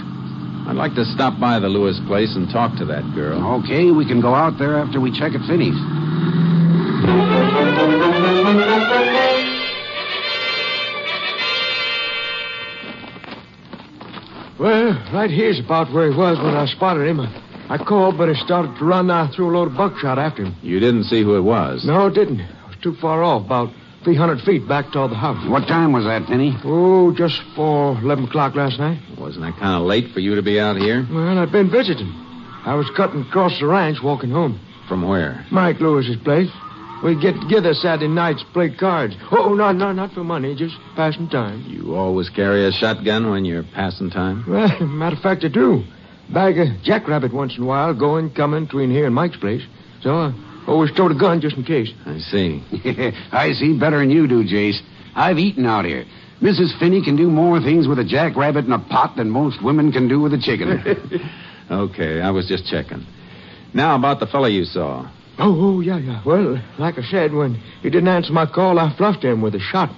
I'd like to stop by the Lewis place and talk to that girl.
Okay, we can go out there after we check at Finney's.
Well, right here's about where he was when I spotted him. I called, but he started to run. I threw a load of buckshot after him.
You didn't see who it was.
No, it didn't. It was too far off, about 300 feet back toward the house.
What time was that, Penny?
Oh, just before 11 o'clock last night.
Wasn't that kind of late for you to be out here?
Well, I'd been visiting. I was cutting across the ranch walking home.
From where?
Mike Lewis's place. We get together Saturday nights, play cards. Oh, no, no, not for money, just passing time.
You always carry a shotgun when you're passing time?
Well, matter of fact, I do. Bag a jackrabbit once in a while, going, coming between here and Mike's place. So I always tote a gun just in case.
I see.
I see better than you do, Jase. I've eaten out here. Mrs. Finney can do more things with a jackrabbit in a pot than most women can do with a chicken.
Okay, I was just checking. Now about the fellow you saw.
Oh, oh, yeah, yeah. Well, like I said, when he didn't answer my call, I fluffed him with a shot.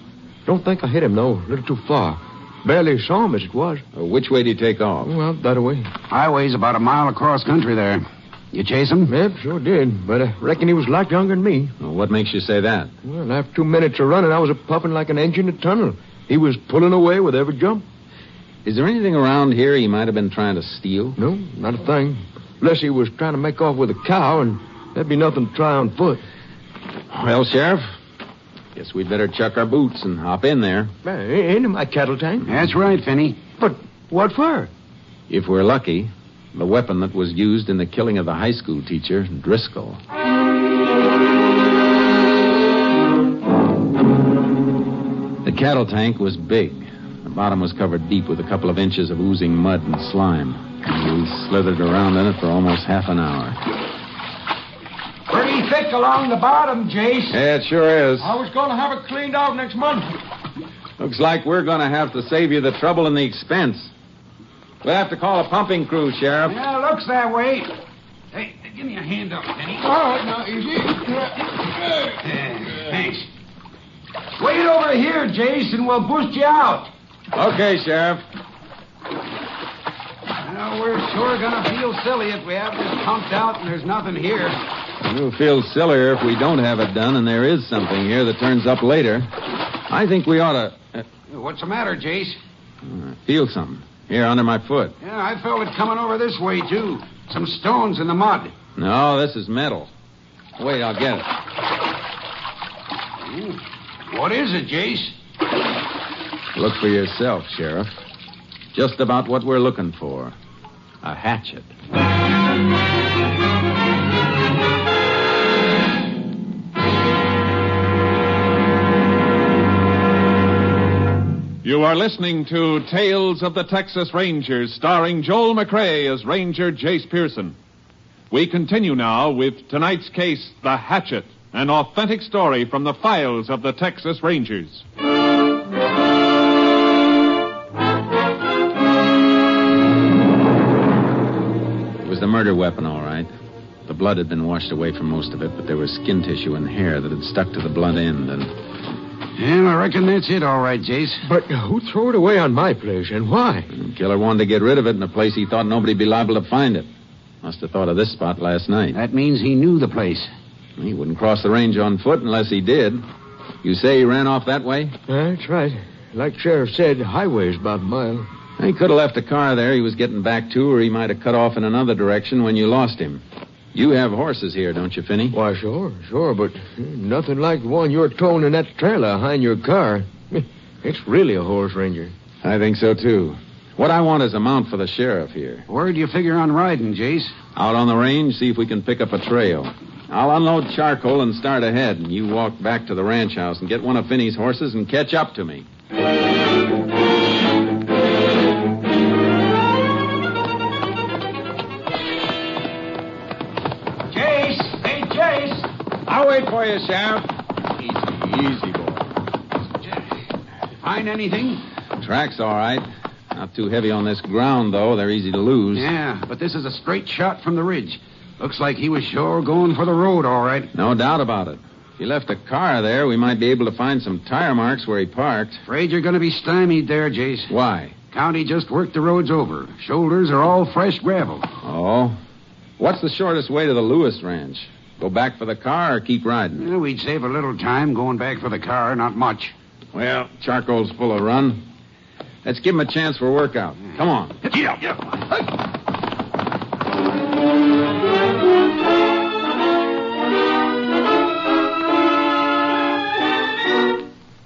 Don't think I hit him, though. A little too far. Barely saw him as it was.
Uh, Which way did he take off?
Well, that way.
Highway's about a mile across country there. You chase him?
Yep, sure did. But I reckon he was a lot younger than me.
Well, What makes you say that?
Well, after two minutes of running, I was a puffing like an engine in a tunnel. He was pulling away with every jump.
Is there anything around here he might have been trying to steal?
No, not a thing. Unless he was trying to make off with a cow, and there'd be nothing to try on foot.
Well, Sheriff, guess we'd better chuck our boots and hop in there.
Hey, into Eh, my cattle tank.
That's right, Finney.
But what for?
If we're lucky, the weapon that was used in the killing of the high school teacher, Driscoll. The cattle tank was big. The bottom was covered deep with a couple of inches of oozing mud and slime. We slithered around in it for almost half an hour.
Pretty thick along the bottom, Jase.
Yeah, it sure is.
I was going to have it cleaned out next month.
Looks like we're going to have to save you the trouble and the expense. We'll have to call a pumping crew, Sheriff.
Yeah, looks that way. Hey, give me a hand up, Penny. All
Oh,
right, now, easy. thanks. Wait over here, Jase, and we'll boost you out.
Okay, Sheriff.
Now, we're sure gonna feel silly if we have this pumped out and there's nothing here.
We'll feel sillier if we don't have it done and there is something here that turns up later. I think we ought to uh,
What's the matter, Jase?
feel something. Here, under my foot.
Yeah, I felt it coming over this way, too. Some stones in the mud.
No, this is metal. Wait, I'll get it.
Hmm. What is it, Jase?
Look for yourself, Sheriff. Just about what we're looking for a hatchet.
You are listening to Tales of the Texas Rangers, starring Joel McRae as Ranger Jace Pearson. We continue now with tonight's case, The Hatchet, an authentic story from the files of the Texas Rangers.
It was the murder weapon, all right. The blood had been washed away from most of it, but there was skin tissue and hair that had stuck to the blood end, and
Yeah, I reckon that's it, all right, Jace.
But who threw it away on my place, and why? killer wanted to get rid of it in a place he thought nobody'd be liable to find it. Must have thought of this spot last night. That means he knew the place. He wouldn't cross the range on foot unless he did. You say he ran off that way?
That's right. Like Sheriff said, highway's about a mile.
He could have left a car there he was getting back to, or he might have cut off in another direction when you lost him. You have horses here, don't you, Finney?
Why, sure, sure, but nothing like the one you're towing in that trailer behind your car. It's really a horse ranger.
I think so, too. What I want is a mount for the sheriff here.
Where do you figure on riding, Jace?
Out on the range, see if we can pick up a trail. I'll unload charcoal and start ahead, and you walk back to the ranch house and get one of Finney's horses and catch up to me.
Jace! Hey, Jace! I'll wait for you, Sheriff.
Easy, boy.
Find anything?
Track's all right. Not too heavy on this ground, though. They're easy to lose.
Yeah, but this is a straight shot from the ridge. Looks like he was sure going for the road, all right.
No doubt about it. If he left a car there, we might be able to find some tire marks where he parked.
Afraid you're going to be stymied there, Jace.
Why?
County just worked the roads over. Shoulders are all fresh gravel.
Oh. What's the shortest way to the Lewis Ranch? Go back for the car or keep riding?
Yeah, we'd save a little time going back for the car, not much.
Well, charcoal's full of run. Let's give him a chance for a workout. Come on.
Yeah, yeah.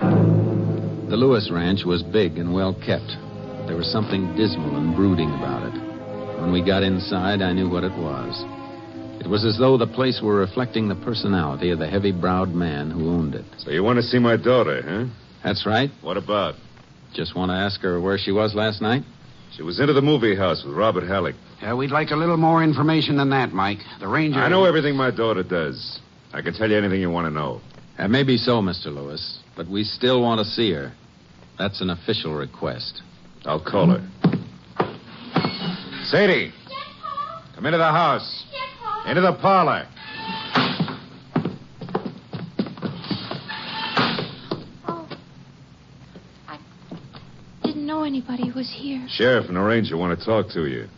The Lewis Ranch was big and well kept. but There was something dismal and brooding about it. When we got inside, I knew what it was. It was as though the place were reflecting the personality of the heavy browed man who owned it.
So you want to see my daughter, huh?
That's right.
What about?
Just want to ask her where she was last night?
She was into the movie house with Robert Halleck.
Yeah, Uh, we'd like a little more information than that, Mike. The ranger.
I know everything my daughter does. I can tell you anything you want to know.
That may be so, Mr. Lewis, but we still want to see her. That's an official request.
I'll call her. Sadie! Come into the house. Into the parlor.
Didn't know anybody was here.
Sheriff and the ranger want to talk to you.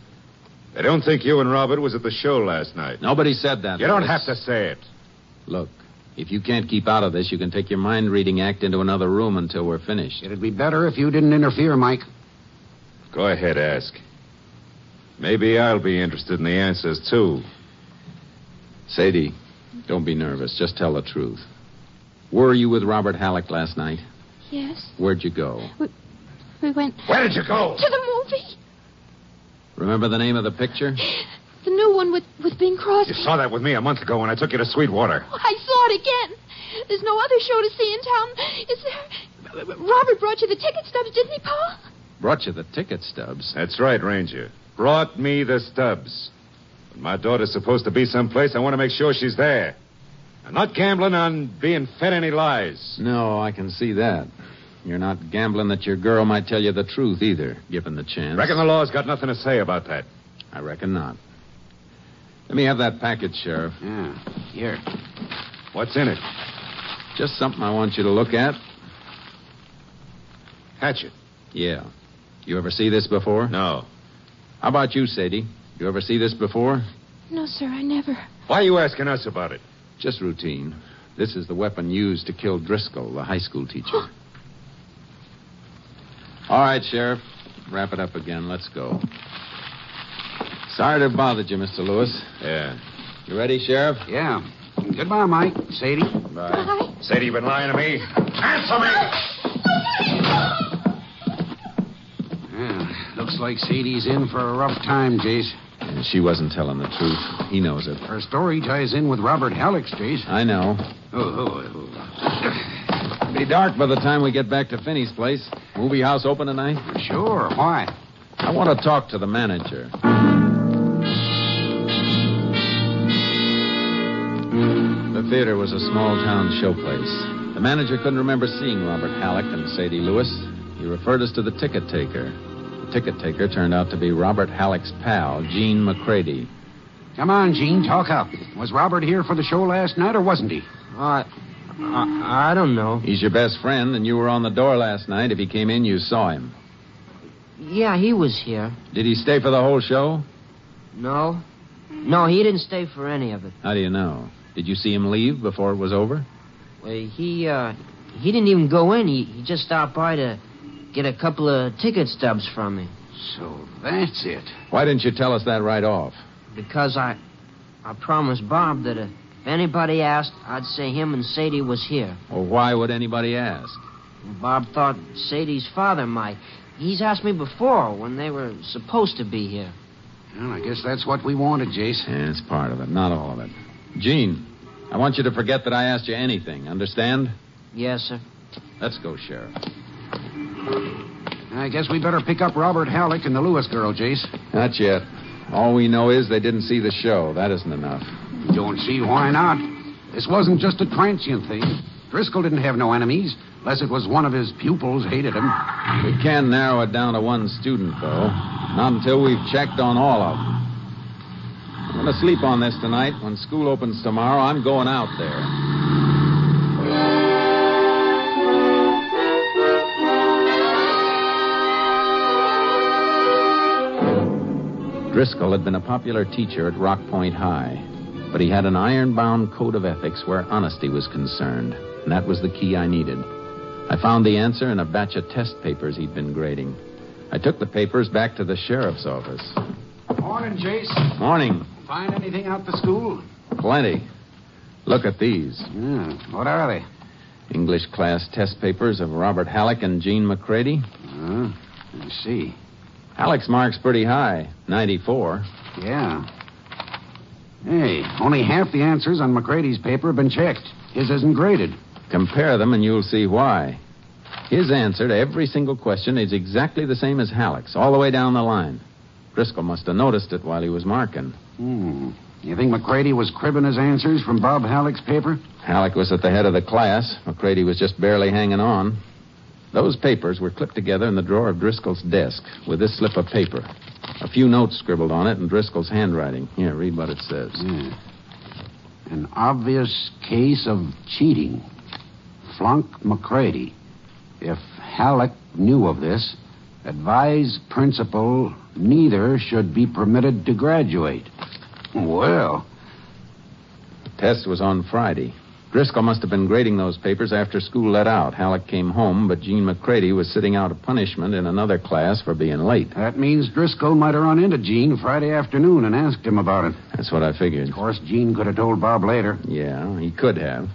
They don't think you and Robert was at the show last night.
Nobody said that.
You don't
Lewis.
have to say it.
Look, if you can't keep out of this, you can take your mind reading act into another room until we're finished.
It'd be better if you didn't interfere, Mike.
Go ahead, ask. Maybe I'll be interested in the answers, too.
Sadie, don't be nervous. Just tell the truth. Were you with Robert Halleck last night?
Yes,
Where'd you go?
we went.
Where did you go?
To the movie.
Remember the name of the picture?
The new one with, with Bing Crosby.
You saw that with me a month ago when I took you to Sweetwater.
Oh, I saw it again. There's no other show to see in town. Is there? Robert brought you the ticket stubs, didn't he, Paul?
Brought you the ticket stubs.
That's right, Ranger. Brought me the stubs. When my daughter's supposed to be someplace, I want to make sure she's there. I'm not gambling on being fed any lies.
No, I can see that. You're not gambling that your girl might tell you the truth either, given the chance.
Reckon the law's got nothing to say about that.
I reckon not. Let me have that package, Sheriff.
Yeah. Here.
What's in it?
Just something I want you to look at.
Hatchet.
Yeah. You ever see this before?
No.
How about you, Sadie? You ever see this before?
No, sir, I never.
Why are you asking us about it?
Just routine. This is the weapon used to kill Driscoll, the high school teacher. All right, Sheriff. Wrap it up again. Let's go. Sorry to have bothered you, Mr. Lewis.
Yeah.
You ready, Sheriff?
Yeah. Goodbye, Mike. Sadie.
Bye.
Sadie, you been lying to me? Answer
Yeah. Looks like Sadie's in for a rough time, Jace.
And she wasn't telling the truth. He knows it.
Her story ties in with Robert Halleck's, Jace.
I know.
Oh, oh, oh.
It'll be dark by the time we get back to Finney's place. Movie house open tonight?
Sure. Why?
I want to talk to the manager. The theater was a small town showplace. The manager couldn't remember seeing Robert Halleck and Sadie Lewis. He referred us to the ticket taker. The ticket taker turned out to be Robert Halleck's pal, Gene McCready.
Come on, Gene, talk up. Was Robert here for the show last night, or wasn't he?
I, I, I don't know. He's your best friend, and you were on the door last night. If he came in, you saw him.
Yeah, he was here.
Did he stay for the whole show?
No. No, he didn't stay for any of it.
How do you know? Did you see him leave before it was over?
Well, he, uh, he didn't even go in. He, he just stopped by to get a couple of ticket stubs from me.
So that's it.
Why didn't you tell us that right off?
Because I, I promised Bob that if anybody asked, I'd say him and Sadie was here.
Or why would anybody ask?
Bob thought Sadie's father might. He's asked me before when they were supposed to be here.
Well, I guess that's what we wanted, Jace.
Yeah, it's part of it, not all of it. Gene, I want you to forget that I asked you anything. Understand?
Yes, sir.
Let's go, Sheriff.
I guess we better pick up Robert Halleck and the Lewis girl, Jace.
Not yet. All we know is they didn't see the show. That isn't enough.
Don't see why not. This wasn't just a transient thing. Driscoll didn't have no enemies, unless it was one of his pupils hated him.
We can narrow it down to one student, though. Not until we've checked on all of them. I'm going to sleep on this tonight. When school opens tomorrow, I'm going out there. Driscoll had been a popular teacher at Rock Point High, but he had an iron-bound code of ethics where honesty was concerned, and that was the key I needed. I found the answer in a batch of test papers he'd been grading. I took the papers back to the sheriff's office.
Morning, Jace.
Morning.
Find anything out the school?
Plenty. Look at these.
Hmm, What are they?
English class test papers of Robert Halleck and Gene McCready.
Uh, I see.
Halleck's mark's pretty high, 94.
Yeah. Hey, only half the answers on McCready's paper have been checked. His isn't graded.
Compare them and you'll see why. His answer to every single question is exactly the same as Halleck's, all the way down the line. Driscoll must have noticed it while he was marking.
Hmm. You think McCready was cribbing his answers from Bob Halleck's paper?
Halleck was at the head of the class. McCready was just barely hanging on. Those papers were clipped together in the drawer of Driscoll's desk with this slip of paper. A few notes scribbled on it in Driscoll's handwriting. Here, read what it says.
An obvious case of cheating. Flunk McCready. If Halleck knew of this, advise principal neither should be permitted to graduate. Well,
The test was on Friday. Driscoll must have been grading those papers after school let out. Halleck came home, but Gene McCready was sitting out a punishment in another class for being late.
that means Driscoll might have run into Gene Friday afternoon and asked him about it.
That's what I figured.
Of course, Gene could have told Bob later.
Yeah, he could have.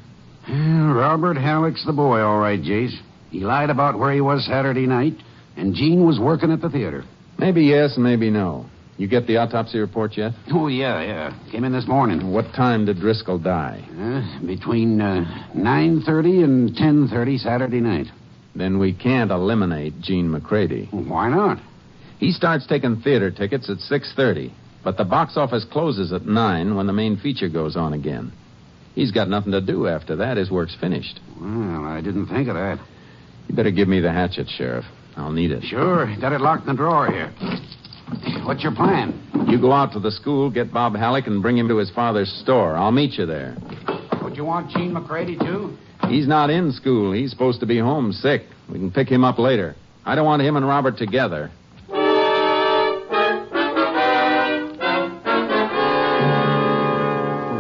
Yeah, Robert Halleck's the boy, all right, Jace. He lied about where he was Saturday night, and Gene was working at the theater.
Maybe yes, maybe no. You get the autopsy report yet?
Oh, yeah, yeah. Came in this morning.
What time did Driscoll die?
Uh, between uh, 9.30 and 10.30 Saturday night.
Then we can't eliminate Gene McCready.
Why not?
He starts taking theater tickets at 6:30, but the box office closes at 9 when the main feature goes on again. He's got nothing to do after that. His work's finished.
Well, I didn't think of that.
You better give me the hatchet, Sheriff. I'll need it.
Sure, got it locked in the drawer here. What's your plan?
You go out to the school, get Bob Halleck, and bring him to his father's store. I'll meet you there.
Would you want Gene McCready, too?
He's not in school. He's supposed to be home sick. We can pick him up later. I don't want him and Robert together.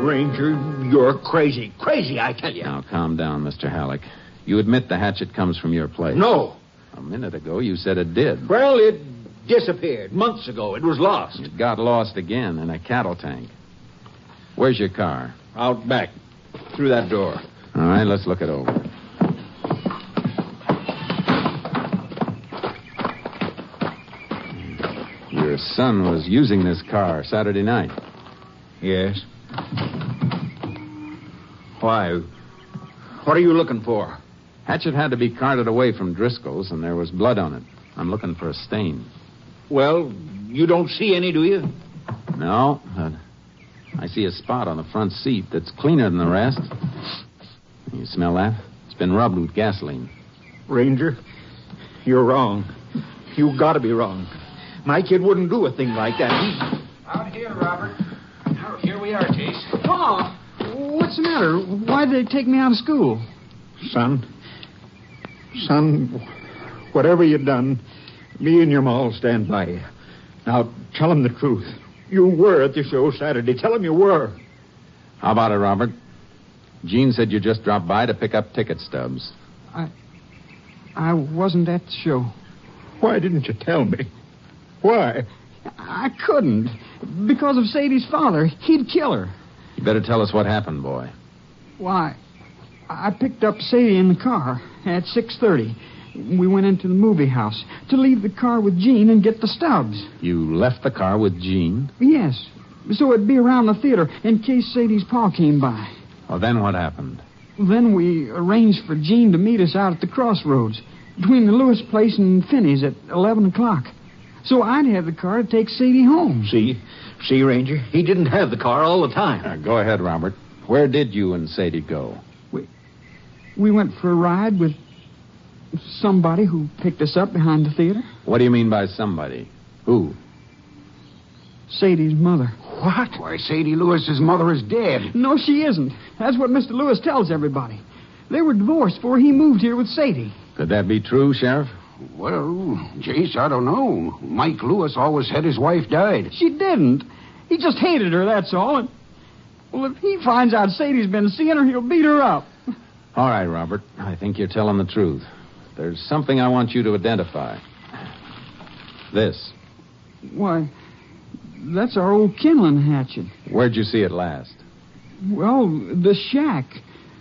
Ranger, you're crazy. Crazy, I tell you.
Now, calm down, Mr. Halleck. You admit the hatchet comes from your place.
No.
A minute ago, you said it did.
Well, it disappeared months ago. It was lost.
It got lost again in a cattle tank. Where's your car?
Out back. Through that door.
All right, let's look it over. Your son was using this car Saturday night.
Yes. Why? What are you looking for?
Hatchet had to be carted away from Driscoll's, and there was blood on it. I'm looking for a stain.
Well, you don't see any, do you?
No, but I see a spot on the front seat that's cleaner than the rest. You smell that? It's been rubbed with gasoline.
Ranger, you're wrong. You gotta be wrong. My kid wouldn't do a thing like that. He-
Out here, Robert. Now, here we are, Chase.
Pa, what's the matter? Why did they take me out of school?
Son, son, whatever you done, me and your ma will stand by you. Now, tell him the truth. You were at the show Saturday. Tell him you were.
How about it, Robert? Gene said you just dropped by to pick up ticket stubs.
I wasn't at the show.
Why didn't you tell me? Why?
I couldn't. Because of Sadie's father. He'd kill her.
You better tell us what happened, boy.
Why? I picked up Sadie in the car at 6.30. We went into the movie house to leave the car with Jean and get the stubs.
You left the car with Gene.
Yes. So it'd be around the theater in case Sadie's pa came by.
Well, then what happened?
Then we arranged for Jean to meet us out at the crossroads between the Lewis place and Finney's at 11 o'clock. So I'd have the car to take Sadie home.
See? See, Ranger? He didn't have the car all the time.
Now, Uh, go ahead, Robert. Where did you and Sadie go?
We went for a ride with somebody who picked us up behind the theater.
What do you mean by somebody? Who?
Sadie's mother.
What? Why, Sadie Lewis's mother is dead.
No, she isn't. That's what Mr. Lewis tells everybody. They were divorced before he moved here with Sadie.
Could that be true, Sheriff?
Well, Jace, I don't know. Mike Lewis always said his wife died.
She didn't. He just hated her, that's all. And, well, if he finds out Sadie's been seeing her, he'll beat her up.
All right, Robert. I think you're telling the truth. There's something I want you to identify. This.
Why, that's our old Kinlan hatchet.
Where'd you see it last?
Well, the shack.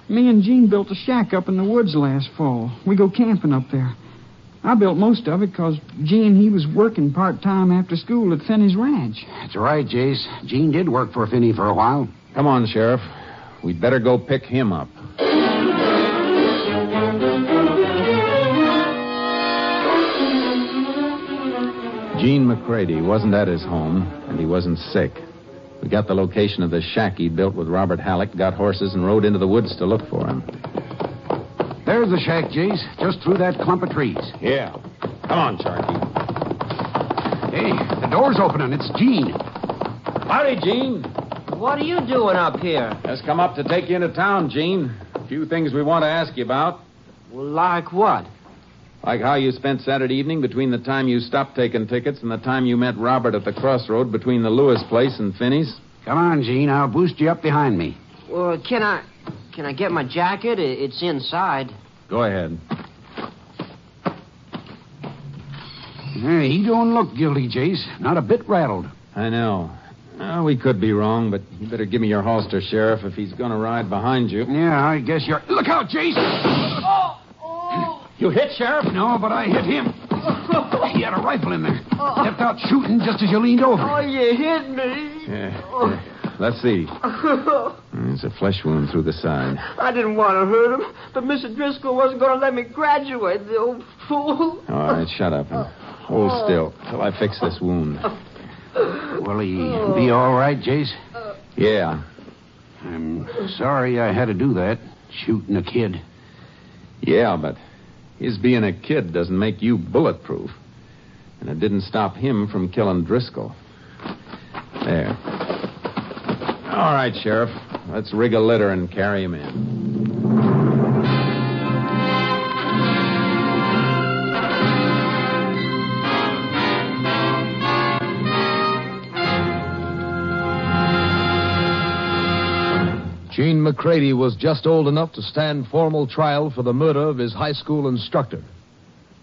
Me and Jean built a shack up in the woods last fall. We go camping up there. I built most of it because Gene, he was working part time after school at Finney's Ranch.
That's right, Jace. Jean did work for Finney for a while.
Come on, Sheriff. We'd better go pick him up. Gene McCready wasn't at his home, and he wasn't sick. We got the location of the shack he built with Robert Halleck, got horses, and rode into the woods to look for him.
There's the shack, Jace, just through that clump of trees.
Yeah. Come on, Sharky.
Hey, the door's opening. It's Jean.
Hurry, Gene.
What are you doing up here?
Just come up to take you into town, Gene. A few things we want to ask you about.
Like what?
Like how you spent Saturday evening between the time you stopped taking tickets and the time you met Robert at the crossroad between the Lewis place and Finney's.
Come on, Jean. I'll boost you up behind me.
Well, can I can I get my jacket? I- It's inside.
Go ahead.
Yeah, he don't look guilty, Jace. Not a bit rattled.
I know. Uh, we could be wrong, but you better give me your holster, Sheriff, if he's going to ride behind you.
Yeah, I guess you're. Look out, Jace!
Oh!
You hit Sheriff? No, but I hit him. He had a rifle in there.
Oh.
Stepped out shooting just as you leaned over.
you hit me.
Yeah. yeah. Let's see.
Oh,
There's a flesh wound through the side.
I didn't want to hurt him, but Mr. Driscoll wasn't going to let me graduate, the old fool.
All right, shut up and hold still till I fix this wound.
Will he be all right, Jace?
Yeah.
I'm sorry I had to do that, shooting a kid.
Yeah, but his being a kid doesn't make you bulletproof. And it didn't stop him from killing Driscoll. There. All right, Sheriff. Let's rig a litter and carry him in.
Gene McCready was just old enough to stand formal trial for the murder of his high school instructor.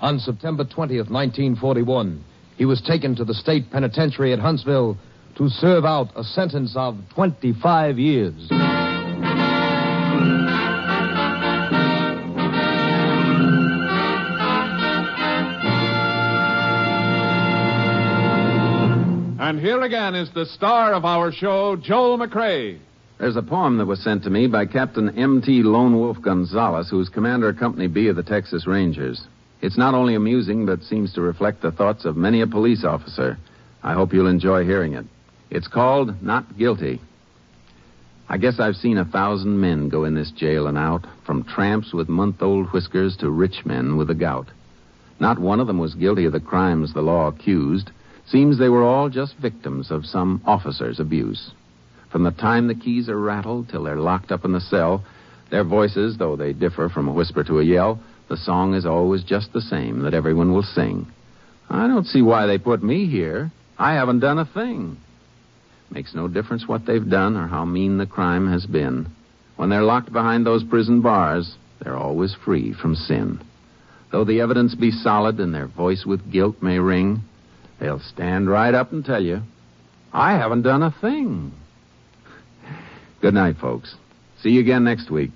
On September 20th, 1941, he was taken to the state penitentiary at Huntsville to serve out a sentence of 25 years.
And here again is the star of our show, Joel McRae.
There's a poem that was sent to me by Captain M.T. Lone Wolf Gonzalez, who's commander of Company B of the Texas Rangers. It's not only amusing, but seems to reflect the thoughts of many a police officer. I hope you'll enjoy hearing it. It's called Not Guilty. I guess I've seen a thousand men go in this jail and out, from tramps with month old whiskers to rich men with a gout. Not one of them was guilty of the crimes the law accused. Seems they were all just victims of some officer's abuse. From the time the keys are rattled till they're locked up in the cell, their voices, though they differ from a whisper to a yell, the song is always just the same that everyone will sing. I don't see why they put me here. I haven't done a thing. Makes no difference what they've done or how mean the crime has been. When they're locked behind those prison bars, they're always free from sin. Though the evidence be solid and their voice with guilt may ring, they'll stand right up and tell you, I haven't done a thing. Good night, folks. See you again next week.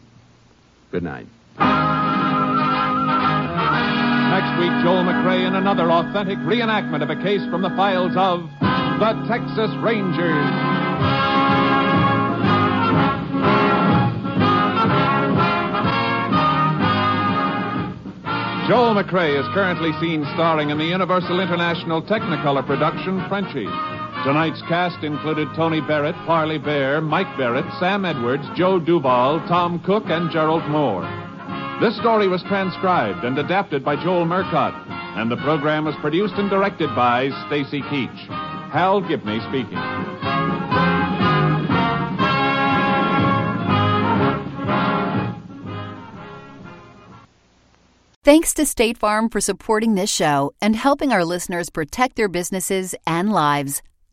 Good night.
Next week, Joel McRae in another authentic reenactment of a case from the files of the Texas Rangers. Joel McRae is currently seen starring in the Universal International Technicolor production, Frenchie. Tonight's cast included Tony Barrett, Parley Bear, Mike Barrett, Sam Edwards, Joe Duval, Tom Cook, and Gerald Moore. This story was transcribed and adapted by Joel Murcott, and the program was produced and directed by Stacy Keach. Hal Gibney speaking.
Thanks to State Farm for supporting this show and helping our listeners protect their businesses and lives.